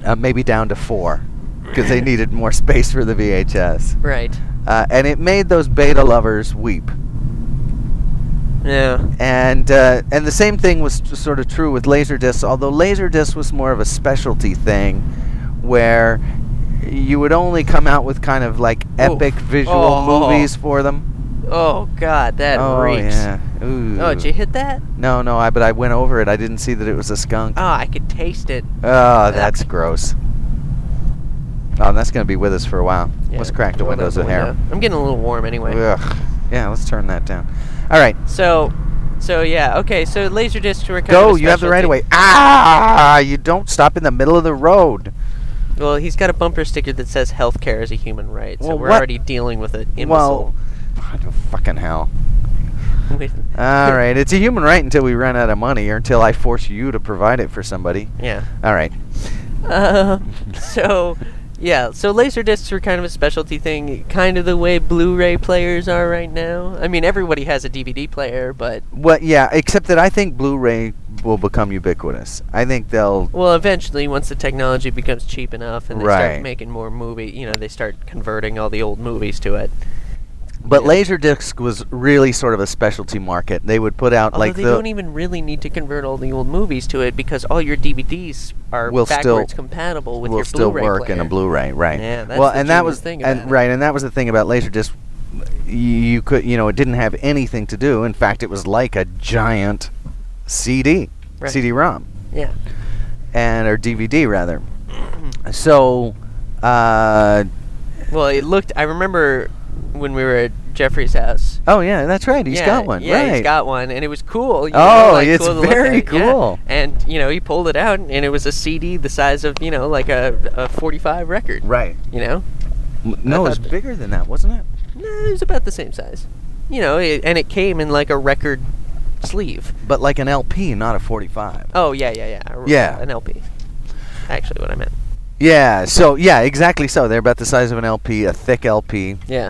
Speaker 1: uh, maybe down to four, because they needed more space for the VHS.
Speaker 2: Right.
Speaker 1: Uh, and it made those Beta lovers weep.
Speaker 2: Yeah.
Speaker 1: And uh, and the same thing was t- sort of true with Laserdisc, although Laserdisc was more of a specialty thing, where you would only come out with kind of like epic visual
Speaker 2: Oh.
Speaker 1: movies for them.
Speaker 2: Oh God, that
Speaker 1: oh
Speaker 2: reeks.
Speaker 1: yeah. Ooh.
Speaker 2: Oh, did you hit that?
Speaker 1: No, no, I but I went over it. I didn't see that it was a skunk.
Speaker 2: Oh, I could taste it.
Speaker 1: Oh, that's gross. Oh, that's gonna be with us for a while.
Speaker 2: Yeah,
Speaker 1: Let's crack the
Speaker 2: roll down
Speaker 1: windows with
Speaker 2: window.
Speaker 1: hair.
Speaker 2: I'm getting a little warm anyway.
Speaker 1: Ugh. Yeah, let's turn that down. All right,
Speaker 2: So, so yeah, okay. So laser discs were kind
Speaker 1: go.
Speaker 2: Of a
Speaker 1: You have the right of
Speaker 2: specialty.
Speaker 1: way. Ah! You don't stop in the middle of the road.
Speaker 2: Well, he's got a bumper sticker that says "Healthcare is a human right," so
Speaker 1: Well,
Speaker 2: we're
Speaker 1: what-
Speaker 2: already dealing with an
Speaker 1: Well,
Speaker 2: imbecile.
Speaker 1: fucking hell.
Speaker 2: with,
Speaker 1: All right, it's a human right until we run out of money, or until I force you to provide it for somebody.
Speaker 2: yeah.
Speaker 1: All right.
Speaker 2: Um, so, yeah, so laser discs were kind of a specialty thing, kind of the way Blu-ray players are right now. I mean, everybody has a DVD player, but
Speaker 1: Well, yeah. Except that I think Blu-ray will become ubiquitous. I think they'll
Speaker 2: well, eventually, once the technology becomes cheap enough and they
Speaker 1: Right.
Speaker 2: start making more movie, you know, they start converting all the old movies to it.
Speaker 1: But
Speaker 2: Yeah.
Speaker 1: Laserdisc was really sort of a specialty market. They would put out
Speaker 2: Although
Speaker 1: like
Speaker 2: they
Speaker 1: the
Speaker 2: don't even really need to convert all the old movies to it because all your DVDs are
Speaker 1: Will still-
Speaker 2: backwards compatible with
Speaker 1: will
Speaker 2: your
Speaker 1: still
Speaker 2: Blu-ray
Speaker 1: work in a
Speaker 2: player.
Speaker 1: Blu-ray, right?
Speaker 2: Yeah, that's
Speaker 1: well,
Speaker 2: the
Speaker 1: and that
Speaker 2: genius
Speaker 1: was
Speaker 2: thing
Speaker 1: and
Speaker 2: about it.
Speaker 1: right, and that was the thing about Laserdisc. y- You could, you know, it didn't have anything to do. In fact, it was like a giant CD,
Speaker 2: Right.
Speaker 1: CD-ROM,
Speaker 2: Yeah.
Speaker 1: and or DVD rather. so, uh,
Speaker 2: Well, it looked. I remember when we were at Jeffrey's house.
Speaker 1: oh yeah, that's right. He's
Speaker 2: yeah,
Speaker 1: got one,
Speaker 2: Yeah,
Speaker 1: right?
Speaker 2: he's got one, and it was cool. you
Speaker 1: Oh,
Speaker 2: like,
Speaker 1: it's
Speaker 2: cool to look
Speaker 1: very
Speaker 2: at, yeah.
Speaker 1: cool.
Speaker 2: And you know, he pulled it out, and it was a CD the size of you know, like a, a 45 record.
Speaker 1: right.
Speaker 2: You know,
Speaker 1: M- No, it was
Speaker 2: thought-
Speaker 1: bigger than that, wasn't it?
Speaker 2: no, it was about the same size. You know, it, and it came in like a record sleeve.
Speaker 1: But like an LP, not a 45.
Speaker 2: Oh yeah, yeah, yeah. a-
Speaker 1: Yeah.
Speaker 2: an LP. Actually, what I meant.
Speaker 1: Yeah, so yeah, exactly so. They're about the size of an LP, a thick LP.
Speaker 2: Yeah,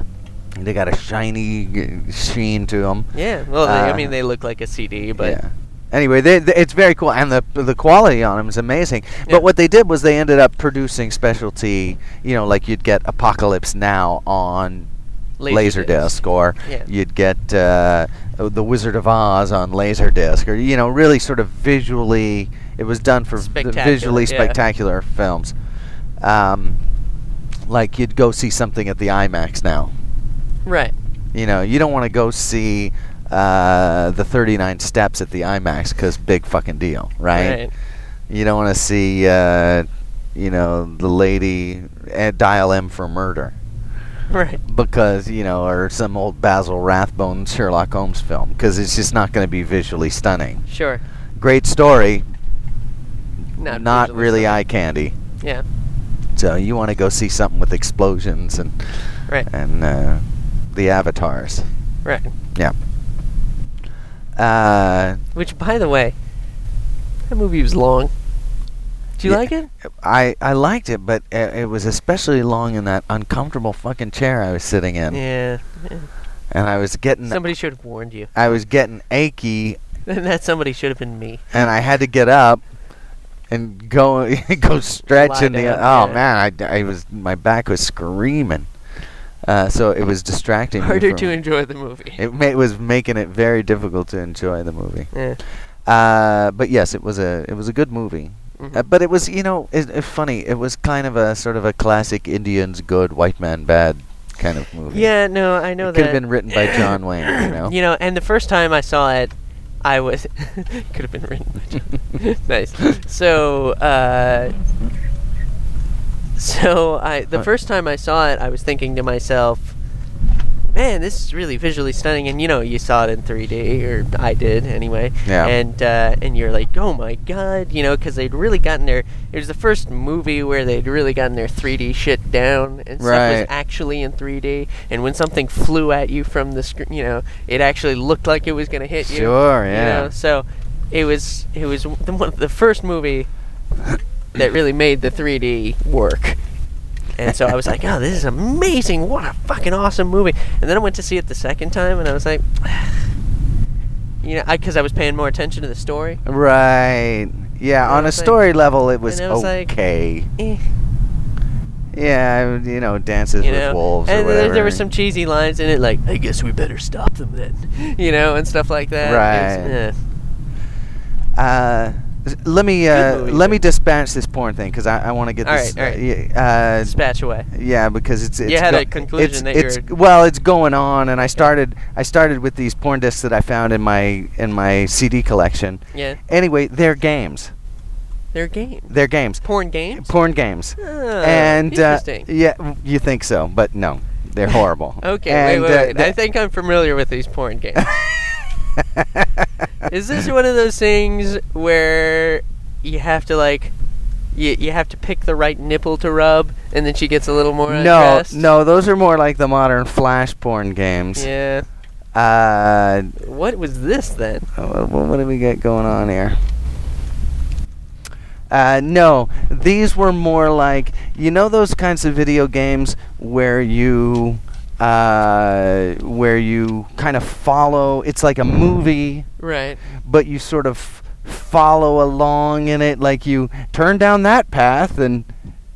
Speaker 1: They got a shiny uh, sheen to them.
Speaker 2: yeah. Well, they,
Speaker 1: Uh,
Speaker 2: I mean, they look like a CD, but
Speaker 1: yeah. Anyway, they, they- it's very cool, and the the quality on them is amazing.
Speaker 2: Yeah.
Speaker 1: But what they did was they ended up producing specialty, you know, like you'd get Apocalypse Now on Laserdisc,
Speaker 2: Laserdisc.
Speaker 1: or
Speaker 2: Yeah.
Speaker 1: you'd get uh, The Wizard of Oz on Laserdisc, or you know, really sort of visually, it was done for v-
Speaker 2: Spectacular,
Speaker 1: visually
Speaker 2: yeah.
Speaker 1: spectacular films. Um, like you'd go see something at the IMAX now.
Speaker 2: Right.
Speaker 1: You know, you don't want to go see uh, the 39 Steps at the IMAX because big fucking deal, right?
Speaker 2: Right.
Speaker 1: You don't want to see, uh, you know, the lady uh, dial M for murder
Speaker 2: Right.
Speaker 1: because you know, or some old Basil Rathbone Sherlock Holmes film, because it's just not going to be visually stunning.
Speaker 2: Sure.
Speaker 1: Great story,
Speaker 2: Not,
Speaker 1: not,
Speaker 2: visually
Speaker 1: really
Speaker 2: stunning.
Speaker 1: eye candy.
Speaker 2: Yeah.
Speaker 1: So you want to go see something with explosions and
Speaker 2: Right.
Speaker 1: and uh, the avatars.
Speaker 2: Right.
Speaker 1: Yeah. Uh,
Speaker 2: Which, by the way, that movie was long. Do you
Speaker 1: Yeah.
Speaker 2: like it?
Speaker 1: I I liked it, but it, it was especially long in that uncomfortable fucking chair I was sitting in,
Speaker 2: Yeah. yeah.
Speaker 1: and I was getting
Speaker 2: Somebody should have warned you.
Speaker 1: I was getting achy
Speaker 2: And that somebody should have been me.
Speaker 1: and I had to get up and go go stretch
Speaker 2: Lie
Speaker 1: in the.
Speaker 2: down,
Speaker 1: Oh
Speaker 2: yeah.
Speaker 1: man, I, I was my back was screaming, uh, so it was distracting. me
Speaker 2: Harder
Speaker 1: from-
Speaker 2: to enjoy the movie.
Speaker 1: It ma- was making it very difficult to enjoy the movie.
Speaker 2: yeah.
Speaker 1: Uh, but yes, it was a it was a good movie.
Speaker 2: Mhm.
Speaker 1: Uh, but it was you know it, it funny. It was kind of a sort of a classic Indians good, white man bad kind of movie.
Speaker 2: yeah, no, I know
Speaker 1: it
Speaker 2: that.
Speaker 1: could have been written by John Wayne. You know.
Speaker 2: You know, and the first time I saw it, I was could have been written. nice. So, uh, so I the
Speaker 1: Huh.
Speaker 2: first time I saw it, I was thinking to myself, "Man, this is really visually stunning." And you know, you saw it in 3D, or I did anyway.
Speaker 1: Yeah.
Speaker 2: And uh, and you're like, "Oh my god," you know, because they'd really gotten their. It was the first movie where they'd really gotten their 3D shit down, and stuff
Speaker 1: Right.
Speaker 2: was actually in 3D. And when something flew at you from the screen, you know, it actually looked like it was gonna hit you.
Speaker 1: Sure,
Speaker 2: you
Speaker 1: yeah.
Speaker 2: know? So it was it was the, one, the first movie that really made the 3D work. And so I was like, "Oh, this is amazing! What a fucking awesome movie!" And then I went to see it the second time, and I was like, you know, because I, was paying more attention to the story.
Speaker 1: Right. Yeah.
Speaker 2: And I
Speaker 1: on a
Speaker 2: was like-
Speaker 1: story level, it was,
Speaker 2: and I was like,
Speaker 1: okay.
Speaker 2: Eh,
Speaker 1: Yeah, you know, dances
Speaker 2: you
Speaker 1: with
Speaker 2: know,
Speaker 1: wolves
Speaker 2: and
Speaker 1: or
Speaker 2: there,
Speaker 1: whatever.
Speaker 2: there were some cheesy lines in it, like "I guess we better stop them then," you know, and stuff like that. It was-
Speaker 1: Right.
Speaker 2: yeah.
Speaker 1: Uh, s- let me
Speaker 2: Good
Speaker 1: uh,
Speaker 2: movie,
Speaker 1: let me
Speaker 2: but-
Speaker 1: dispatch this porn thing because I, I want to get
Speaker 2: All
Speaker 1: this.
Speaker 2: right, all
Speaker 1: right. Uh,
Speaker 2: Dispatch away.
Speaker 1: yeah, because it's, it's
Speaker 2: had
Speaker 1: go-
Speaker 2: a conclusion
Speaker 1: it's,
Speaker 2: that
Speaker 1: it's,
Speaker 2: you were-
Speaker 1: well, it's going on, and I started I started with these porn discs that I found in my in my CD collection.
Speaker 2: Yeah,
Speaker 1: Anyway, they're games.
Speaker 2: they're games.
Speaker 1: They're games.
Speaker 2: Porn games.
Speaker 1: Porn games.
Speaker 2: Ah,
Speaker 1: and uh,
Speaker 2: interesting.
Speaker 1: yeah, w- you think so, but no, they're horrible.
Speaker 2: okay,
Speaker 1: And,
Speaker 2: wait,
Speaker 1: uh,
Speaker 2: wait, wait. I
Speaker 1: the-
Speaker 2: think I'm familiar with these porn games. Is this one of those things where you have to like, you, you have to pick the right nipple to rub, and then she gets a little more
Speaker 1: no,
Speaker 2: undressed?
Speaker 1: no, those are more like the modern flash porn games.
Speaker 2: Yeah.
Speaker 1: Uh,
Speaker 2: What was this then?
Speaker 1: what, what do we get going on here? Uh, no, these were more like you know those kinds of video games where you uh, where you kind of follow. It's like a movie,
Speaker 2: Right.
Speaker 1: but you sort of follow along in it. Like you turn down that path, and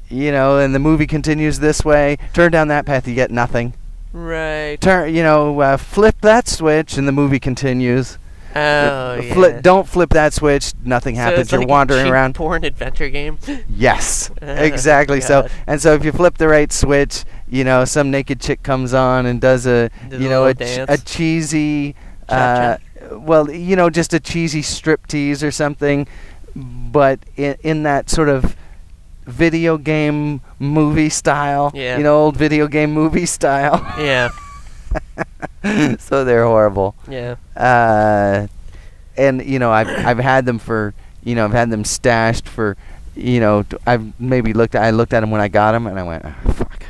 Speaker 1: you know, and the movie continues this way. Turn down that path, you get nothing.
Speaker 2: Right.
Speaker 1: Turn, you know, uh, flip that switch, and the movie continues.
Speaker 2: Oh,
Speaker 1: Uh,
Speaker 2: yeah.
Speaker 1: fli- Don't flip that switch. Nothing
Speaker 2: So
Speaker 1: happens.
Speaker 2: it's
Speaker 1: You're
Speaker 2: like a
Speaker 1: wandering
Speaker 2: cheap
Speaker 1: around.
Speaker 2: Porn adventure game.
Speaker 1: yes,
Speaker 2: Oh,
Speaker 1: exactly. So
Speaker 2: God.
Speaker 1: and so, if you flip the right switch, you know some naked chick comes on and does a
Speaker 2: Does a
Speaker 1: you know
Speaker 2: little
Speaker 1: a, ch- a
Speaker 2: dance.
Speaker 1: cheesy, uh,
Speaker 2: Cha-cha.
Speaker 1: well you know just a cheesy strip tease or something, but in, in that sort of video game movie style.
Speaker 2: Yeah.
Speaker 1: You know old video game movie style.
Speaker 2: yeah.
Speaker 1: so they're horrible.
Speaker 2: Yeah.
Speaker 1: uh, and you know I've I've had them for you know I've had them stashed for you know t- I've maybe looked I looked at them when I got them and I went oh, fuck.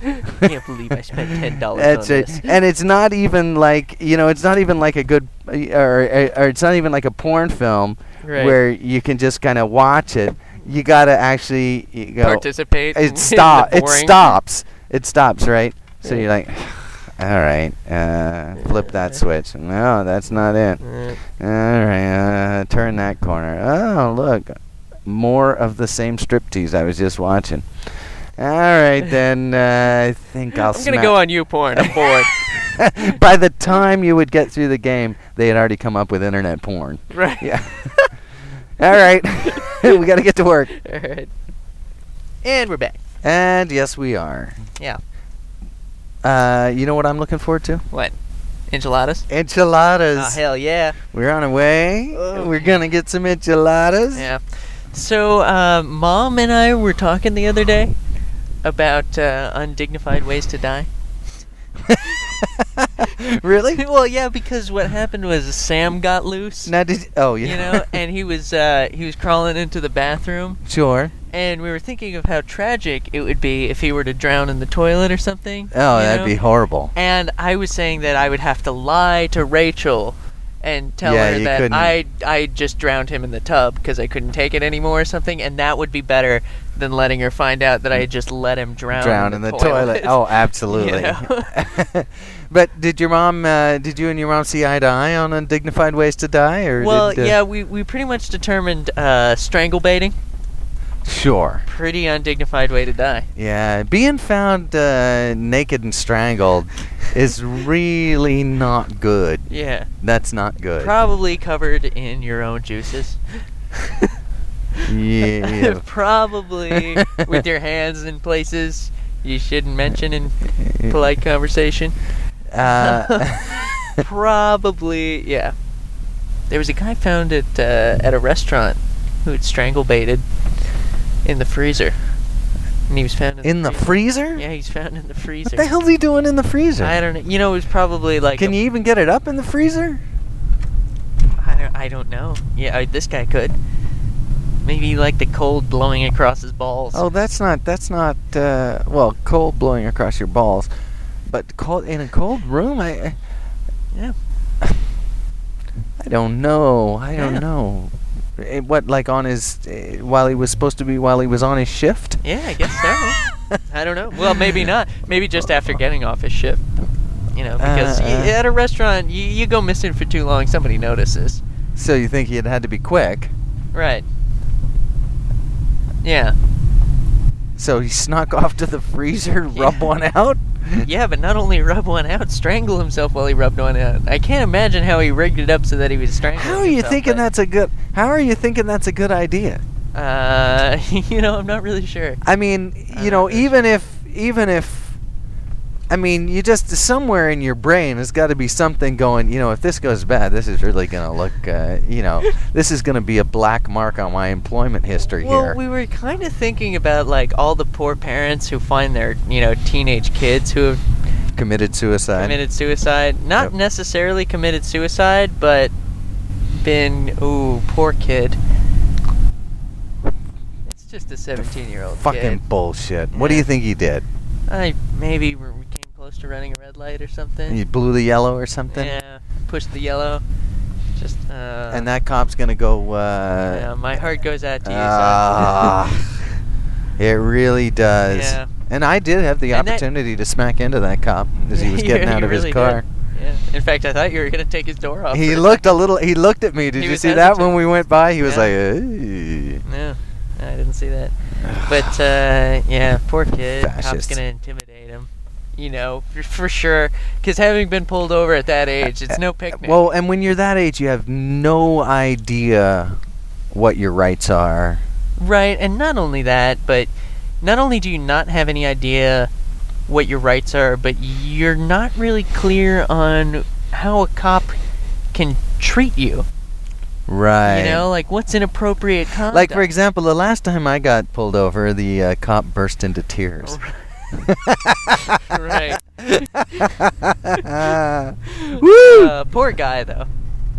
Speaker 2: I can't believe I spent $10
Speaker 1: That's
Speaker 2: on
Speaker 1: it.
Speaker 2: this.
Speaker 1: And it's not even like you know it's not even like a good or, or, uh, or it's not even like a porn film
Speaker 2: Right.
Speaker 1: where you can just kind of watch it. You gotta actually you go.
Speaker 2: Participate. in
Speaker 1: It
Speaker 2: the
Speaker 1: stop. It
Speaker 2: boring-
Speaker 1: stops. It stops. Right. So
Speaker 2: Yeah.
Speaker 1: you're like, all right, uh, flip that switch. No, that's not it.
Speaker 2: Uh,
Speaker 1: All right, uh, turn that corner. Oh, look, more of the same striptease I was just watching. All right, then uh, I think I'll.
Speaker 2: I'm gonna go on you porn. I'm bored.
Speaker 1: on. By the time you would get through the game, they had already come up with internet porn.
Speaker 2: right.
Speaker 1: Yeah. All right, we got to get to work.
Speaker 2: All right. And we're back.
Speaker 1: And yes, we are.
Speaker 2: Yeah.
Speaker 1: Uh, you know what I'm looking forward to?
Speaker 2: What? Enchiladas?
Speaker 1: Enchiladas.
Speaker 2: Oh hell yeah.
Speaker 1: We're on our way.
Speaker 2: Ugh.
Speaker 1: We're gonna get some enchiladas.
Speaker 2: Yeah. So, uh, mom and I were talking the other day about uh, undignified ways to die.
Speaker 1: really?
Speaker 2: well, yeah, because what happened was Sam got loose.
Speaker 1: Now did oh yeah.
Speaker 2: You know, and he was uh, he was crawling into the bathroom,
Speaker 1: sure.
Speaker 2: and we were thinking of how tragic it would be if he were to drown in the toilet or something.
Speaker 1: Oh,
Speaker 2: you
Speaker 1: that'd
Speaker 2: know?
Speaker 1: be horrible.
Speaker 2: And I was saying that I would have to lie to Rachel and tell
Speaker 1: Yeah,
Speaker 2: her
Speaker 1: you
Speaker 2: that
Speaker 1: couldn't.
Speaker 2: I I just drowned him in the tub because I couldn't take it anymore or something, and that would be better than letting her find out that I had just let him drown.
Speaker 1: Drown in the toilet. Oh, absolutely.
Speaker 2: know?
Speaker 1: but did your mom? Uh, did you and your mom see eye to eye on undignified ways to die? Or
Speaker 2: well,
Speaker 1: did, uh,
Speaker 2: yeah, we, we pretty much determined uh, strangle baiting.
Speaker 1: Sure.
Speaker 2: Pretty undignified way to die.
Speaker 1: Yeah, being found uh, naked and strangled is really not good.
Speaker 2: Yeah.
Speaker 1: That's not good.
Speaker 2: Probably covered in your own juices.
Speaker 1: yeah.
Speaker 2: Probably with your hands in places you shouldn't mention in polite conversation.
Speaker 1: Uh,
Speaker 2: Probably, yeah. There was a guy found at uh, at a restaurant who had strangle baited in the freezer, and he was found in,
Speaker 1: in the freezer?
Speaker 2: Yeah, he's found in the freezer.
Speaker 1: What the hell's he doing in the freezer?
Speaker 2: I don't know. You know, it was probably like.
Speaker 1: Can
Speaker 2: a-
Speaker 1: you even get it up in the freezer?
Speaker 2: I don't, I don't know. Yeah, I, this guy could. Maybe like the cold blowing across his balls.
Speaker 1: Oh, that's not. That's not. Uh, well, cold blowing across your balls, but cold in a cold room. I. I-
Speaker 2: Yeah.
Speaker 1: I don't know. I don't
Speaker 2: Yeah.
Speaker 1: know. Eh, what like on his eh, while he was supposed to be while he was on his shift?
Speaker 2: Yeah, I guess so. I don't know. Well, maybe not. Maybe just after getting off his ship. You know, because
Speaker 1: Uh,
Speaker 2: y-
Speaker 1: uh.
Speaker 2: at a restaurant, you, you go missing for too long, somebody notices.
Speaker 1: So you think he had had to be quick?
Speaker 2: Right. Yeah.
Speaker 1: So he snuck off to the freezer,
Speaker 2: Yeah.
Speaker 1: rub one out.
Speaker 2: Yeah, but not only rub one out, strangle himself while he rubbed one out. I can't imagine how he rigged it up so that he was strangling.
Speaker 1: How are you
Speaker 2: himself,
Speaker 1: thinking
Speaker 2: but-
Speaker 1: that's a good? How are you thinking that's a good idea?
Speaker 2: Uh, you know, I'm not really sure.
Speaker 1: I mean,
Speaker 2: I'm
Speaker 1: you
Speaker 2: not
Speaker 1: know,
Speaker 2: very
Speaker 1: even if even if I mean, you just somewhere in your brain has got to be something going. You know, if this goes bad, this is really gonna look. Uh, you know, this is gonna be a black mark on my employment history
Speaker 2: well,
Speaker 1: here.
Speaker 2: we were kind of thinking about like all the poor parents who find their you know teenage kids who have
Speaker 1: committed suicide.
Speaker 2: Committed suicide. Not
Speaker 1: Yep.
Speaker 2: necessarily committed suicide, but been ooh, poor kid. It's just a 17-year-old
Speaker 1: Fucking
Speaker 2: kid.
Speaker 1: bullshit. What do
Speaker 2: Yeah.
Speaker 1: you think he did?
Speaker 2: I maybe r- came close to running a red light or something.
Speaker 1: He blew the yellow or something?
Speaker 2: Yeah, pushed the yellow. Just uh,
Speaker 1: And that cop's gonna go. Uh,
Speaker 2: yeah, my heart goes out to you. son.
Speaker 1: Ah, it really does.
Speaker 2: Yeah.
Speaker 1: And I did have the
Speaker 2: And that-
Speaker 1: opportunity to smack into that cop as he was
Speaker 2: You
Speaker 1: getting out
Speaker 2: really-
Speaker 1: of
Speaker 2: you
Speaker 1: his
Speaker 2: really
Speaker 1: car.
Speaker 2: did. Yeah. In fact, I thought you were gonna take his door off.
Speaker 1: He
Speaker 2: for a
Speaker 1: looked a
Speaker 2: second.
Speaker 1: little. He looked at me. Did
Speaker 2: He
Speaker 1: you
Speaker 2: was
Speaker 1: see that
Speaker 2: hesitant.
Speaker 1: when we went by? He was
Speaker 2: Yeah.
Speaker 1: like, "Hey."
Speaker 2: No, I didn't see that. But uh, yeah, poor kid. Cop's
Speaker 1: Fascists.
Speaker 2: gonna intimidate him. You know, for, for sure. Because having been pulled over at that age, it's no picnic.
Speaker 1: Well, and when you're that age, you have no idea what your rights are.
Speaker 2: right, and not only that, but not only do you not have any idea what your rights are, but you're not really clear on how a cop can treat you.
Speaker 1: Right.
Speaker 2: You know, like what's inappropriate conduct.
Speaker 1: like for example, the last time I got pulled over, the uh, cop burst into tears.
Speaker 2: Oh, right.
Speaker 1: Woo!
Speaker 2: Uh, poor guy though.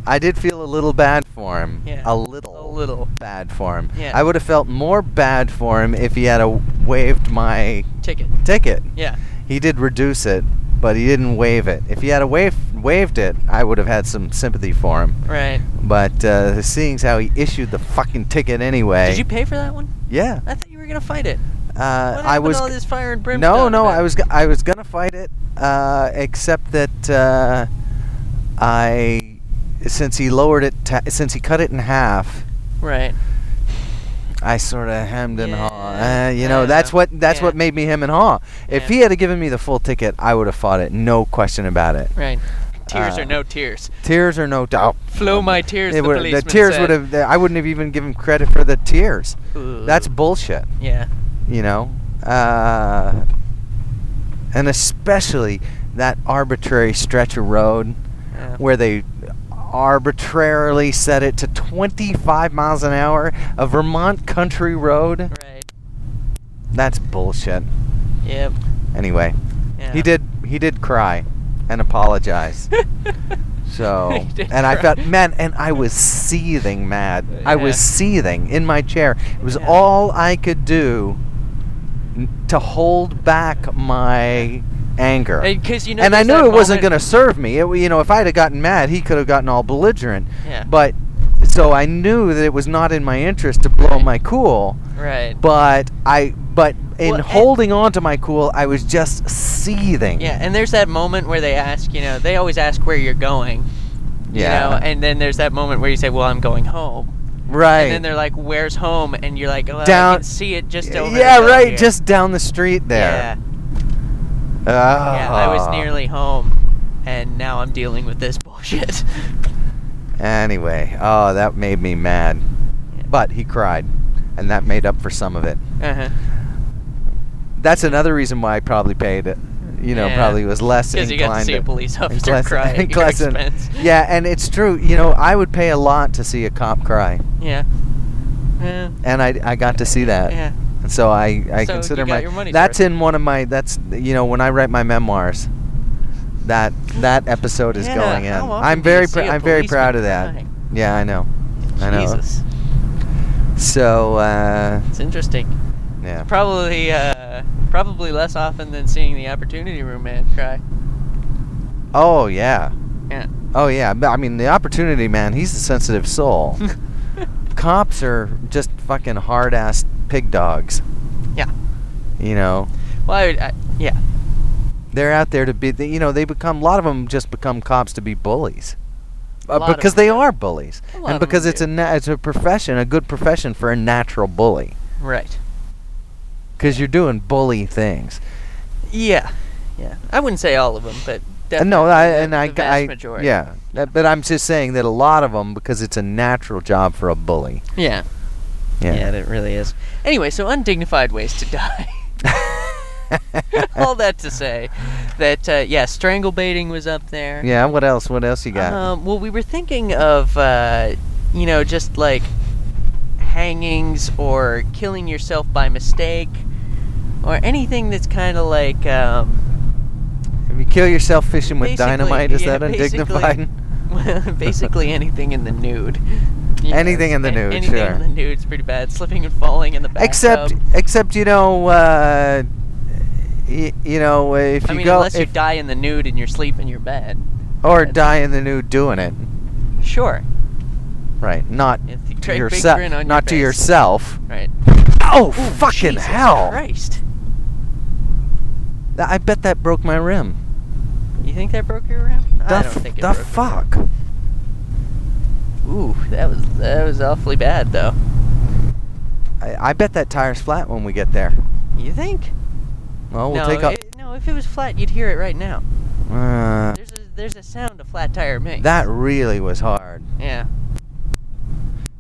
Speaker 1: I did feel a little bad for him.
Speaker 2: Yeah.
Speaker 1: A
Speaker 2: A
Speaker 1: little
Speaker 2: little.
Speaker 1: bad for him.
Speaker 2: Yeah.
Speaker 1: I would have felt more bad for him if he had a waived my
Speaker 2: Ticket.
Speaker 1: ticket.
Speaker 2: Yeah.
Speaker 1: He did reduce it, but he didn't waive it. If he had a wave waived it, I would have had some sympathy for him.
Speaker 2: Right.
Speaker 1: But uh, seeing as how he issued the fucking ticket anyway,
Speaker 2: Did you pay for that one?
Speaker 1: yeah,
Speaker 2: I thought you were gonna fight it.
Speaker 1: uh,
Speaker 2: What
Speaker 1: I
Speaker 2: happened to
Speaker 1: was.
Speaker 2: all this fire and brimstone.
Speaker 1: no, no,
Speaker 2: about?
Speaker 1: I was. go- I was gonna fight it, uh, except that uh, I, since he lowered it, ta- since he cut it in half,
Speaker 2: Right.
Speaker 1: I sort of hemmed and hawed.
Speaker 2: Yeah,
Speaker 1: Uh, you
Speaker 2: I
Speaker 1: know, that's
Speaker 2: know.
Speaker 1: what that's
Speaker 2: Yeah.
Speaker 1: what made me hem and haw. If
Speaker 2: Yeah.
Speaker 1: he had given me the full ticket, I would have fought it, no question about it.
Speaker 2: Right. Tears
Speaker 1: Uh,
Speaker 2: or no tears.
Speaker 1: Tears or no doubt.
Speaker 2: Flow my tears.
Speaker 1: They
Speaker 2: the,
Speaker 1: would- the
Speaker 2: policeman
Speaker 1: tears
Speaker 2: said.
Speaker 1: would have. I wouldn't have even given credit for the tears.
Speaker 2: Ooh.
Speaker 1: That's bullshit.
Speaker 2: yeah.
Speaker 1: You know, uh, and especially that arbitrary stretch of road
Speaker 2: yeah.
Speaker 1: where they arbitrarily set it to 25 miles an hour, a Vermont country road.
Speaker 2: Right.
Speaker 1: That's bullshit.
Speaker 2: Yep.
Speaker 1: Anyway,
Speaker 2: Yeah.
Speaker 1: he did he did cry and apologize. So,
Speaker 2: He did
Speaker 1: and I
Speaker 2: cry.
Speaker 1: felt, man, and I was seething mad. I was
Speaker 2: Yeah.
Speaker 1: seething in my chair. It was
Speaker 2: Yeah.
Speaker 1: all I could do n- to hold back my anger.
Speaker 2: Because Uh, you know.
Speaker 1: and I
Speaker 2: there's
Speaker 1: knew it
Speaker 2: that
Speaker 1: wasn't going to
Speaker 2: moment-
Speaker 1: serve me. It, w- you know, if I had gotten mad, he could have gotten all belligerent.
Speaker 2: Yeah.
Speaker 1: But, so I knew that it was not in my interest to blow my cool.
Speaker 2: Right.
Speaker 1: But I, but in
Speaker 2: Well, and-
Speaker 1: holding on to my cool, I was just seething.
Speaker 2: Yeah, and there's that moment where they ask, you know, they always ask where you're going, you
Speaker 1: Yeah.
Speaker 2: know, and then there's that moment where you say, "Well, I'm going home,"
Speaker 1: right.
Speaker 2: and then they're like, "Where's home?" and you're like, well, I
Speaker 1: Down-
Speaker 2: can see it just over."
Speaker 1: yeah,
Speaker 2: the hill
Speaker 1: right,
Speaker 2: here."
Speaker 1: just down the street there. Ah.
Speaker 2: Yeah, yeah, I was nearly home, and now I'm dealing with this bullshit.
Speaker 1: Anyway, oh, that made me mad. But he cried, and that made up for some of it.
Speaker 2: uh-huh.
Speaker 1: That's another reason why I probably paid it. You know,
Speaker 2: Yeah.
Speaker 1: probably was less
Speaker 2: Because
Speaker 1: inclined
Speaker 2: you got to see a police officer
Speaker 1: inclined-
Speaker 2: cry at your
Speaker 1: inclined-
Speaker 2: expense.
Speaker 1: Yeah, and it's true. You know, I would pay a lot to see a cop cry,
Speaker 2: yeah, yeah,
Speaker 1: and I, I got to see that.
Speaker 2: yeah.
Speaker 1: And so I, I
Speaker 2: So you
Speaker 1: consider
Speaker 2: got
Speaker 1: my
Speaker 2: your money's
Speaker 1: that's
Speaker 2: worth.
Speaker 1: in one of my that's you know when I write my memoirs, that that episode is
Speaker 2: Yeah,
Speaker 1: going in.
Speaker 2: how often
Speaker 1: I'm
Speaker 2: do you
Speaker 1: very
Speaker 2: see
Speaker 1: pr-
Speaker 2: a
Speaker 1: I'm very proud of that.
Speaker 2: policeman
Speaker 1: Yeah, I know.
Speaker 2: cry?
Speaker 1: I know.
Speaker 2: Jesus,
Speaker 1: So uh,
Speaker 2: it's interesting.
Speaker 1: yeah,
Speaker 2: Probably, uh, probably less often than seeing the opportunity room man cry.
Speaker 1: oh yeah,
Speaker 2: Yeah.
Speaker 1: oh yeah. But, I mean the opportunity man, he's a sensitive soul. Cops are just fucking hard ass pig dogs.
Speaker 2: Yeah.
Speaker 1: You know,
Speaker 2: Well, I, would- I, yeah,
Speaker 1: they're out there to be. They, you know, they become a lot of them just become cops to be bullies.
Speaker 2: A
Speaker 1: Uh,
Speaker 2: lot of
Speaker 1: because
Speaker 2: 'em
Speaker 1: they
Speaker 2: do.
Speaker 1: are bullies,
Speaker 2: A lot
Speaker 1: and
Speaker 2: of 'em
Speaker 1: because it's
Speaker 2: do.
Speaker 1: a na- it's a profession, a good profession for a natural bully,
Speaker 2: right.
Speaker 1: because you're doing bully things.
Speaker 2: Yeah, yeah. I wouldn't say all of them, but
Speaker 1: Uh,
Speaker 2: definitely
Speaker 1: no, I
Speaker 2: the-
Speaker 1: and I,
Speaker 2: the vast
Speaker 1: I
Speaker 2: majority.
Speaker 1: yeah, That- but I'm just saying that a lot of them because it's a natural job for a bully.
Speaker 2: yeah, yeah, yeah. It really is. Anyway, so undignified ways to die. all that to say that uh, yeah, strangle baiting was up there.
Speaker 1: Yeah, what else? What else you got?
Speaker 2: Um, well, we were thinking of, uh, you know, just like hangings or killing yourself by mistake or anything that's kind of like, um,
Speaker 1: Have you kill yourself fishing with
Speaker 2: Basically,
Speaker 1: dynamite? Is
Speaker 2: yeah,
Speaker 1: that undignified?
Speaker 2: basically anything in the nude.
Speaker 1: Anything in the
Speaker 2: a-
Speaker 1: nude,
Speaker 2: Anything
Speaker 1: sure.
Speaker 2: in the nude's pretty bad. Slipping and um, falling in the bathtub.
Speaker 1: Except, except you know, uh, y- you know, if you
Speaker 2: I mean,
Speaker 1: go
Speaker 2: unless you
Speaker 1: if-
Speaker 2: die in the nude and you're sleeping in your bed.
Speaker 1: or
Speaker 2: that's-
Speaker 1: die in the nude doing it,
Speaker 2: Sure.
Speaker 1: right? Not
Speaker 2: If you
Speaker 1: to
Speaker 2: try big
Speaker 1: yourself,
Speaker 2: grin on your
Speaker 1: not to
Speaker 2: face.
Speaker 1: yourself.
Speaker 2: Right.
Speaker 1: Oh,
Speaker 2: Ooh,
Speaker 1: fucking
Speaker 2: Jesus
Speaker 1: hell!
Speaker 2: Christ.
Speaker 1: Th- I bet that broke my rim.
Speaker 2: You think that broke your rib?
Speaker 1: the
Speaker 2: I don't
Speaker 1: f-
Speaker 2: think it
Speaker 1: the
Speaker 2: broke.
Speaker 1: fuck.
Speaker 2: Ooh, that was that was awfully bad though.
Speaker 1: I, I bet that tire's flat when we get there.
Speaker 2: You think?
Speaker 1: Well, we'll
Speaker 2: no,
Speaker 1: take
Speaker 2: it- no, if it was flat, you'd hear it right now.
Speaker 1: a. Uh,
Speaker 2: There's a there's a sound a flat tire makes.
Speaker 1: that really was hard.
Speaker 2: Yeah.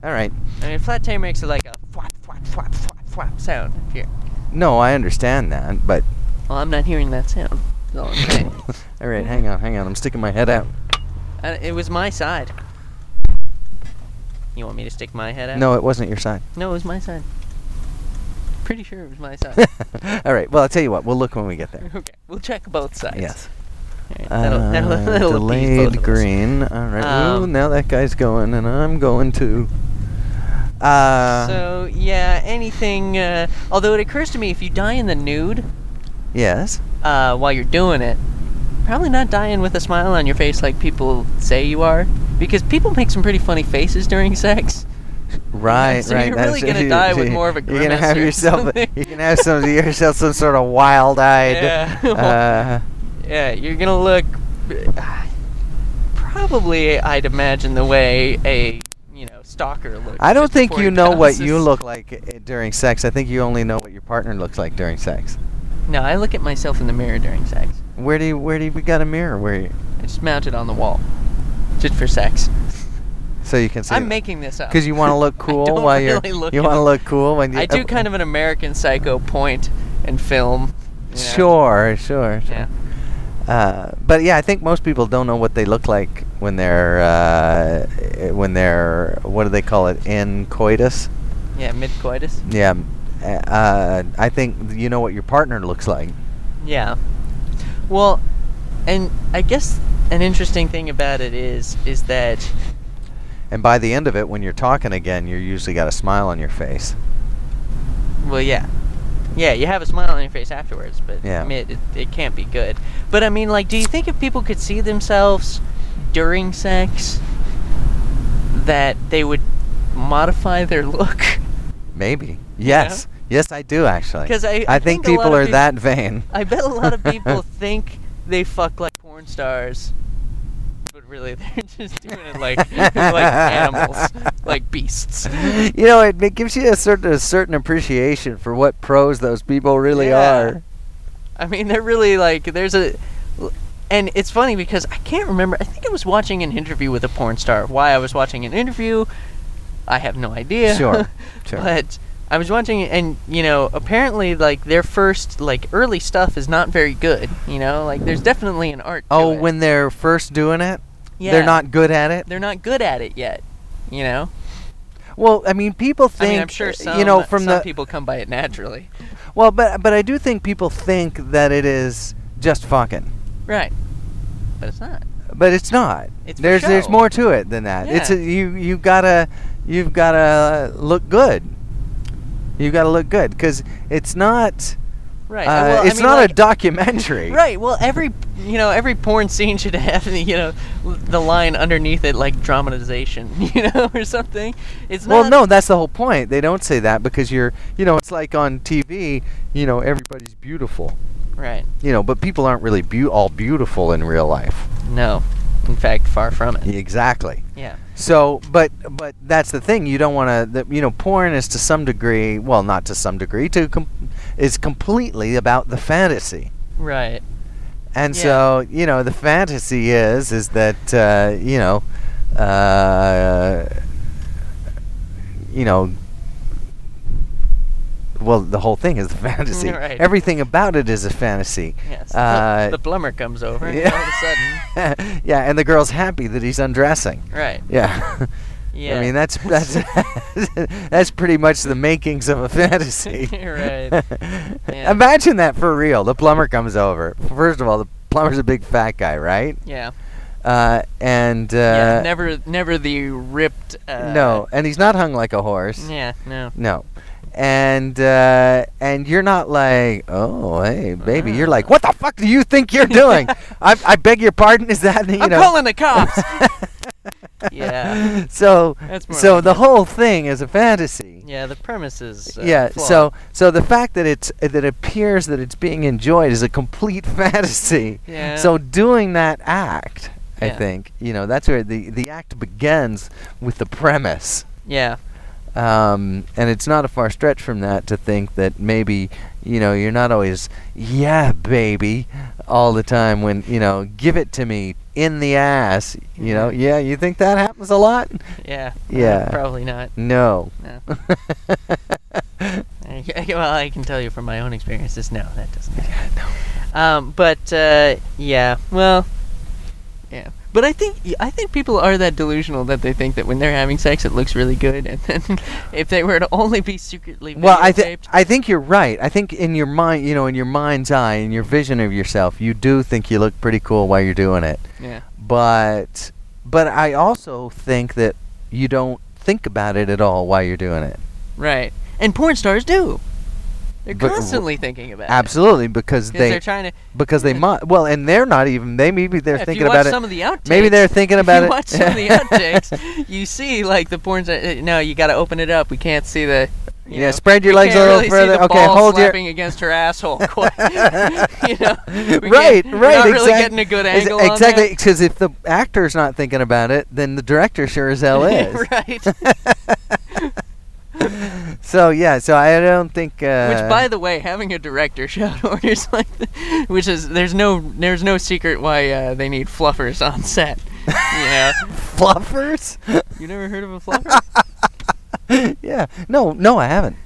Speaker 1: All right.
Speaker 2: I mean, a flat tire makes it like a flap, flap, flap, flap, flap sound up here.
Speaker 1: No, I understand that, but
Speaker 2: Well, I'm not hearing that sound. That's all I'm saying.
Speaker 1: all right, hang on, hang on. I'm sticking my head out.
Speaker 2: Uh, it was my side. You want me to stick my head out?
Speaker 1: No, it wasn't your sign.
Speaker 2: No, it was my side. Pretty sure it was my side.
Speaker 1: all right. Well, I'll tell you what. We'll look when we get there.
Speaker 2: okay, we'll check both sides.
Speaker 1: Yes.
Speaker 2: All right, that'll, that'll,
Speaker 1: Uh,
Speaker 2: that'll appease both
Speaker 1: delayed
Speaker 2: of us.
Speaker 1: green. All right. Ooh,
Speaker 2: Um,
Speaker 1: now that guy's going, and I'm going too. Uh,
Speaker 2: so yeah, anything. Uh, although it occurs to me, if you die in the nude
Speaker 1: yes.
Speaker 2: uh, while you're doing it, probably not dying with a smile on your face like people say you are, because people make some pretty funny faces during sex.
Speaker 1: Right,
Speaker 2: So
Speaker 1: right.
Speaker 2: you're
Speaker 1: that's-
Speaker 2: really gonna die with more of a
Speaker 1: You're gonna
Speaker 2: grimace
Speaker 1: have
Speaker 2: or
Speaker 1: yourself.
Speaker 2: something.
Speaker 1: You can have some yourself some sort of wild-eyed. uh,
Speaker 2: Yeah. Yeah, you're gonna look. uh, Probably, I'd imagine the way a you know stalker looks.
Speaker 1: I don't
Speaker 2: just
Speaker 1: think
Speaker 2: before
Speaker 1: you
Speaker 2: he
Speaker 1: know what you
Speaker 2: pounces.
Speaker 1: look like uh, during sex. I think you only know what your partner looks like during sex.
Speaker 2: No, I look at myself in the mirror during sex.
Speaker 1: Where do you, where do you we got a mirror where you,
Speaker 2: I just mount it on the wall, just for sex.
Speaker 1: so you can see?
Speaker 2: I'm making this up.
Speaker 1: because you want to look cool
Speaker 2: I don't
Speaker 1: while
Speaker 2: really
Speaker 1: you're
Speaker 2: look
Speaker 1: you
Speaker 2: at
Speaker 1: want to
Speaker 2: it.
Speaker 1: look cool when you.
Speaker 2: I do kind of an American Psycho point and film. you know.
Speaker 1: Sure, sure, sure.
Speaker 2: Yeah.
Speaker 1: Uh, but yeah, I think most people don't know what they look like when they're uh, eh, when they're what do they call it in coitus?
Speaker 2: Yeah, mid coitus.
Speaker 1: Yeah, m- eh, uh, I think you know what your partner looks like.
Speaker 2: Yeah. Well, and I guess an interesting thing about it is is that
Speaker 1: And by the end of it, when you're talking again, you usually got a smile on your face.
Speaker 2: Well, yeah. Yeah, you have a smile on your face afterwards, but
Speaker 1: Yeah.
Speaker 2: I mean, it, it can't be good. But I mean, like, do you think if people could see themselves during sex, that they would modify their look?
Speaker 1: Maybe. Yes. Yes, I do actually.
Speaker 2: 'Cause
Speaker 1: I
Speaker 2: I- I
Speaker 1: think,
Speaker 2: think a lot
Speaker 1: people
Speaker 2: of
Speaker 1: are
Speaker 2: peop-
Speaker 1: that vain.
Speaker 2: I bet a lot of people think they fuck like porn stars, but really they're just doing it like like animals, like beasts.
Speaker 1: you know, it, it gives you a certain a certain appreciation for what pros those people really
Speaker 2: Yeah.
Speaker 1: are.
Speaker 2: I mean, they're really like there's a, and it's funny because I can't remember. I think I was watching an interview with a porn star. Why I was watching an interview, I have no idea.
Speaker 1: Sure, sure.
Speaker 2: but I was watching, it and you know, apparently, like their first like early stuff is not very good. You know, like there's definitely an art. to
Speaker 1: Oh,
Speaker 2: it.
Speaker 1: when they're first doing it,
Speaker 2: Yeah.
Speaker 1: they're not good at it.
Speaker 2: they're not good at it yet. You know,
Speaker 1: Well, I mean, people
Speaker 2: I
Speaker 1: think uh,
Speaker 2: mean, I'm sure some
Speaker 1: you know from
Speaker 2: some
Speaker 1: the
Speaker 2: people come by it naturally.
Speaker 1: well, but but I do think people think that it is just fucking,
Speaker 2: Right, but it's not.
Speaker 1: but it's not.
Speaker 2: It's for
Speaker 1: there's there's
Speaker 2: show.
Speaker 1: more to it than that. It's
Speaker 2: Yeah.
Speaker 1: a, you you gotta you've gotta look good. You gotta look good because it's not
Speaker 2: Right.
Speaker 1: uh,
Speaker 2: Uh, well, I
Speaker 1: it's
Speaker 2: mean,
Speaker 1: not
Speaker 2: like,
Speaker 1: a documentary.
Speaker 2: Right. Well, every you know every porn scene should have you know the line underneath it like dramatization, you know, or something. It's
Speaker 1: Well,
Speaker 2: not,
Speaker 1: no, that's the whole point. They don't say that because you're, you know, it's like on TV, you know, everybody's beautiful,
Speaker 2: Right.
Speaker 1: you know, but people aren't really beau all beautiful in real life.
Speaker 2: No. In fact, far from it.
Speaker 1: Exactly.
Speaker 2: Yeah.
Speaker 1: So, but but that's the thing. You don't want to, you know, porn is to some degree, well, not to some degree, to com- is completely about the fantasy.
Speaker 2: Right.
Speaker 1: And
Speaker 2: Yeah.
Speaker 1: so, you know, the fantasy is is that uh, you know, uh, you know, well, the whole thing is the fantasy.
Speaker 2: Right.
Speaker 1: Everything about it is a fantasy.
Speaker 2: Yes.
Speaker 1: Uh,
Speaker 2: the plumber comes over, and all of a sudden.
Speaker 1: sudden. yeah, and the girl's happy that he's undressing.
Speaker 2: Right.
Speaker 1: Yeah.
Speaker 2: Yeah.
Speaker 1: I mean, that's that's that's pretty much the makings of a fantasy.
Speaker 2: Right. Yeah.
Speaker 1: Imagine that for real. The plumber comes over. First of all, the plumber's a big fat guy, right?
Speaker 2: Yeah.
Speaker 1: Uh, and uh,
Speaker 2: yeah. Never, never the ripped. Uh,
Speaker 1: no, and he's not hung like a horse.
Speaker 2: Yeah. No.
Speaker 1: No. And uh, and you're not like, oh hey baby,
Speaker 2: Uh.
Speaker 1: you're like, what the fuck do you think you're doing? I, I beg your pardon, is that you
Speaker 2: I'm
Speaker 1: know?
Speaker 2: calling the cops. yeah.
Speaker 1: so
Speaker 2: That's more
Speaker 1: so
Speaker 2: like
Speaker 1: the
Speaker 2: it.
Speaker 1: whole thing is a fantasy.
Speaker 2: Yeah. The premise is. Uh,
Speaker 1: yeah.
Speaker 2: flawed.
Speaker 1: So so the fact that it's that it appears that it's being enjoyed is a complete fantasy.
Speaker 2: Yeah.
Speaker 1: So doing that act, I
Speaker 2: Yeah.
Speaker 1: think you know that's where the the act begins with the premise.
Speaker 2: Yeah.
Speaker 1: Um, and it's not a far stretch from that to think that maybe, you know, you're not always, yeah, baby, all the time when, you know, give it to me in the ass. You know, yeah, you think that happens a lot?
Speaker 2: Yeah. uh,
Speaker 1: Yeah.
Speaker 2: probably not.
Speaker 1: No.
Speaker 2: No. Uh, yeah, well, I can tell you from my own experiences. No, that doesn't. Yeah, no. Um, but uh, yeah, well, yeah. But I think I think people are that delusional that they think that when they're having sex, it looks really good, and then if they were to only be secretly
Speaker 1: well, I, th-
Speaker 2: videotaped-
Speaker 1: I think you're right. I think in your mind, you know, in your mind's eye, in your vision of yourself, you do think you look pretty cool while you're doing it.
Speaker 2: yeah,
Speaker 1: But, but I also think that you don't think about it at all while you're doing it.
Speaker 2: right. And porn stars do. They're
Speaker 1: But w-
Speaker 2: constantly thinking about
Speaker 1: Absolutely, because
Speaker 2: it. 'Cause
Speaker 1: they
Speaker 2: they're trying to.
Speaker 1: because they
Speaker 2: Yeah.
Speaker 1: might. Well, and they're not even. They maybe they're
Speaker 2: yeah, if
Speaker 1: thinking
Speaker 2: you watch
Speaker 1: about it.
Speaker 2: some of the outtakes.
Speaker 1: maybe they're thinking about
Speaker 2: if you
Speaker 1: it.
Speaker 2: watch some of the outtakes, you see like the porn star. uh, No, you got to open it up. We can't see the. you
Speaker 1: yeah,
Speaker 2: know,
Speaker 1: spread your
Speaker 2: we
Speaker 1: legs a
Speaker 2: can't
Speaker 1: little
Speaker 2: really see
Speaker 1: further.
Speaker 2: the
Speaker 1: okay,
Speaker 2: ball
Speaker 1: hold your.
Speaker 2: slapping against her asshole. Quite. you know, we
Speaker 1: right, right.
Speaker 2: can't- We're not really
Speaker 1: exact-
Speaker 2: getting a good
Speaker 1: ex-
Speaker 2: angle
Speaker 1: Exactly, because if the actor's not thinking about it, then the director sure as hell
Speaker 2: on that.
Speaker 1: is.
Speaker 2: right.
Speaker 1: So yeah, so I don't think. Uh,
Speaker 2: which, by the way, having a director shout orders like, th- which is there's no there's no secret why uh, they need fluffers on set. You know,
Speaker 1: fluffers.
Speaker 2: you never heard of a fluffer?
Speaker 1: yeah. No, no, I haven't.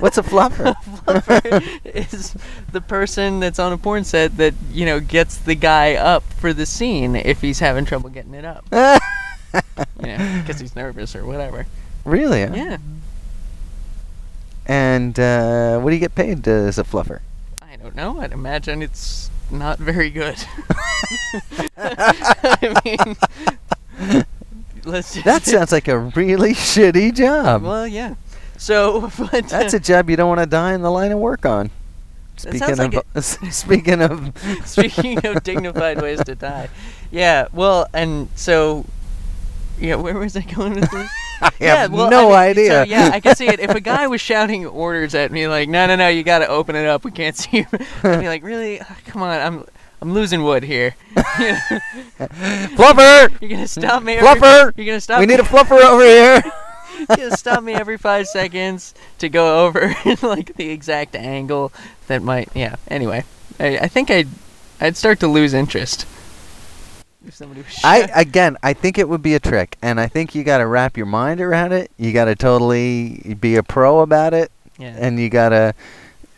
Speaker 1: What's a fluffer?
Speaker 2: fluffer is the person that's on a porn set that you know gets the guy up for the scene if he's having trouble getting it up. You know, because he's nervous or whatever.
Speaker 1: really? huh?
Speaker 2: Yeah.
Speaker 1: And uh, what do you get paid uh, as a fluffer?
Speaker 2: I don't know. I'd imagine it's not very good. I mean, let's just
Speaker 1: That sounds like a really shitty job.
Speaker 2: well, yeah. So, but uh,
Speaker 1: That's a job you don't want to die in the line of work on.
Speaker 2: That
Speaker 1: Speaking
Speaker 2: sounds
Speaker 1: of,
Speaker 2: like
Speaker 1: speaking of,
Speaker 2: speaking of dignified ways to die. Yeah. Well, and so, yeah. Where was I going with this?
Speaker 1: I have
Speaker 2: well,
Speaker 1: no
Speaker 2: I mean,
Speaker 1: idea.
Speaker 2: So, yeah, I can see it. If a guy was shouting orders at me like, "No, no, no, you got to open it up. We can't see you," I'd be like, "Really? Ah, Come on, I'm, I'm losing wood here. You know,
Speaker 1: fluffer,
Speaker 2: You're gonna stop me, every-
Speaker 1: Fluffer!
Speaker 2: You're gonna stop.
Speaker 1: we
Speaker 2: me-
Speaker 1: need a fluffer over here.
Speaker 2: You're gonna stop me every five seconds to go over like the exact angle that might. Yeah. Anyway, I, I think I'd, I'd start to lose interest. If somebody was
Speaker 1: I
Speaker 2: shouting.
Speaker 1: again, I think it would be a trick, and I think you got to wrap your mind around it. You got to totally be a pro about it,
Speaker 2: yeah.
Speaker 1: and you got to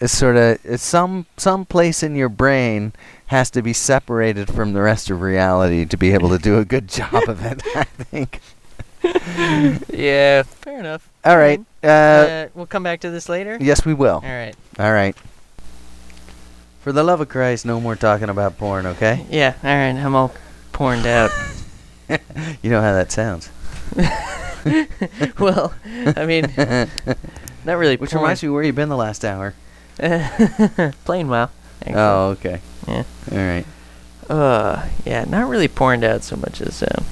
Speaker 1: sort of some some place in your brain has to be separated from the rest of reality to be able to do a good job of it. I think.
Speaker 2: yeah. Fair enough.
Speaker 1: All right.
Speaker 2: Uh,
Speaker 1: Uh,
Speaker 2: we'll come back to this later.
Speaker 1: yes, we will.
Speaker 2: All right.
Speaker 1: All right. For the love of Christ, no more talking about porn, okay?
Speaker 2: Eh, Yeah, all right, I'm all porned out.
Speaker 1: You know how that sounds.
Speaker 2: well, I mean, not really.
Speaker 1: Which
Speaker 2: porn.
Speaker 1: reminds me, where you been the last hour?
Speaker 2: playing WoW. actually.
Speaker 1: Oh, okay.
Speaker 2: Yeah.
Speaker 1: All right.
Speaker 2: Uh, yeah, not really porned out so much as um,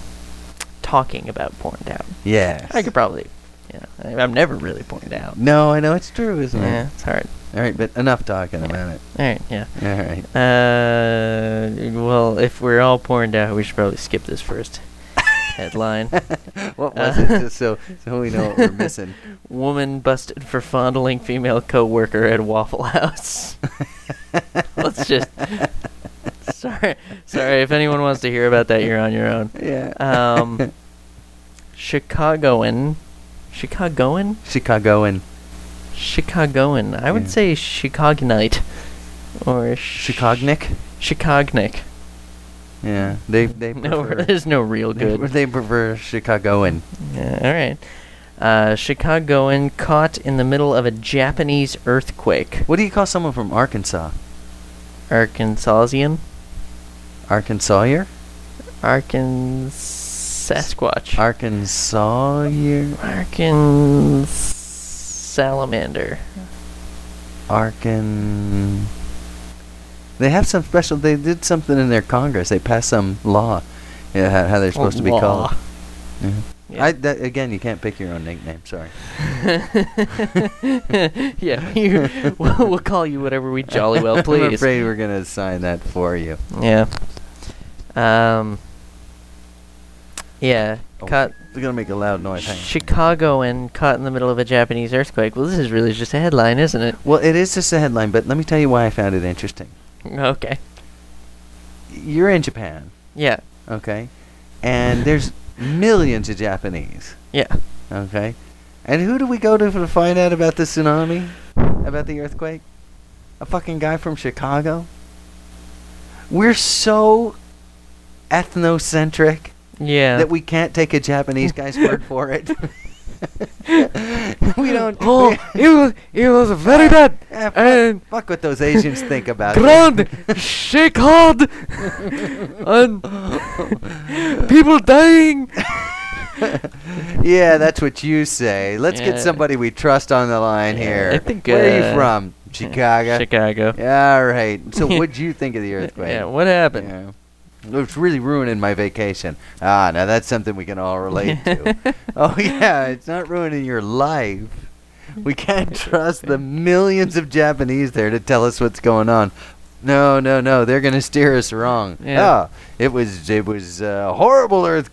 Speaker 2: talking about porned out.
Speaker 1: Yeah.
Speaker 2: I could probably, yeah, I, I'm never really porned out.
Speaker 1: No, I know it's true, isn't
Speaker 2: Yeah,
Speaker 1: it?
Speaker 2: it's hard.
Speaker 1: All right, but enough talking about it.
Speaker 2: All right, yeah.
Speaker 1: All right.
Speaker 2: Uh, well, if we're all porned out, we should probably skip this first headline.
Speaker 1: What was
Speaker 2: Uh,
Speaker 1: it? Just so so we know what we're missing.
Speaker 2: Woman busted for fondling female coworker at Waffle House. Let's just. Sorry, sorry. If anyone wants to hear about that, you're on your own.
Speaker 1: Yeah.
Speaker 2: Um, Chicagoan, Chicagoan,
Speaker 1: Chicagoan.
Speaker 2: Chicagoan. I would
Speaker 1: Yeah.
Speaker 2: say Chicagonite, or sh-
Speaker 1: Chicognic?
Speaker 2: Chicagonic.
Speaker 1: Yeah. They they
Speaker 2: No,
Speaker 1: prefer,
Speaker 2: there's no real
Speaker 1: they,
Speaker 2: good.
Speaker 1: they prefer Chicagoan.
Speaker 2: Yeah, all right. Uh, Chicagoan caught in the middle of a Japanese earthquake.
Speaker 1: What do you call someone from Arkansas?
Speaker 2: Arkansasian.
Speaker 1: Arkansasier?
Speaker 2: Arkansas Sasquatch.
Speaker 1: Arkansasier?
Speaker 2: Arkan salamander.
Speaker 1: Arkan. They have some special. They did something in their Congress. They passed some law. Yeah, how, how they're supposed to be called. Yeah.
Speaker 2: Oh, Yeah.
Speaker 1: I, that, again, you can't pick your own nickname. Sorry.
Speaker 2: yeah, you, we'll, we'll call you whatever we jolly well
Speaker 1: I'm
Speaker 2: please.
Speaker 1: afraid we're gonna assign that for you.
Speaker 2: Yeah. Um. Yeah.
Speaker 1: Oh,
Speaker 2: Caught
Speaker 1: They're gonna make a loud noise. hang on.
Speaker 2: Chicago and caught in the middle of a Japanese earthquake. Well, this is really just a headline, isn't it?
Speaker 1: Well, it is just a headline, but let me tell you why I found it interesting.
Speaker 2: Okay.
Speaker 1: You're in Japan,
Speaker 2: Yeah.
Speaker 1: okay, and there's millions of Japanese,
Speaker 2: Yeah.
Speaker 1: okay, and who do we go to to find out about the tsunami, about the earthquake? A fucking guy from Chicago. We're so ethnocentric.
Speaker 2: Yeah.
Speaker 1: that we can't take a Japanese guy's word for it. we don't.
Speaker 4: Oh,
Speaker 1: we-
Speaker 4: it was it was very bad.
Speaker 1: Eh, fuck,
Speaker 4: and
Speaker 1: fuck what those Asians think about it.
Speaker 4: ground shake hard and people dying.
Speaker 1: yeah, that's what you say. Let's get
Speaker 2: Yeah.
Speaker 1: somebody we trust on the line
Speaker 2: Yeah,
Speaker 1: here.
Speaker 2: I think,
Speaker 1: Where are
Speaker 2: uh,
Speaker 1: you from? Chicago.
Speaker 2: Chicago.
Speaker 1: Yeah, all right. So, what'd you think of the earthquake?
Speaker 2: Yeah. What happened?
Speaker 1: Yeah. It's really ruining my vacation. Ah, now that's something we can all relate to. oh yeah, it's not ruining your life. We can't trust the millions of Japanese there to tell us what's going on. No, no, no. They're going to steer us wrong. Oh,
Speaker 2: Yeah.
Speaker 1: Ah, it was it was a horrible earthquake.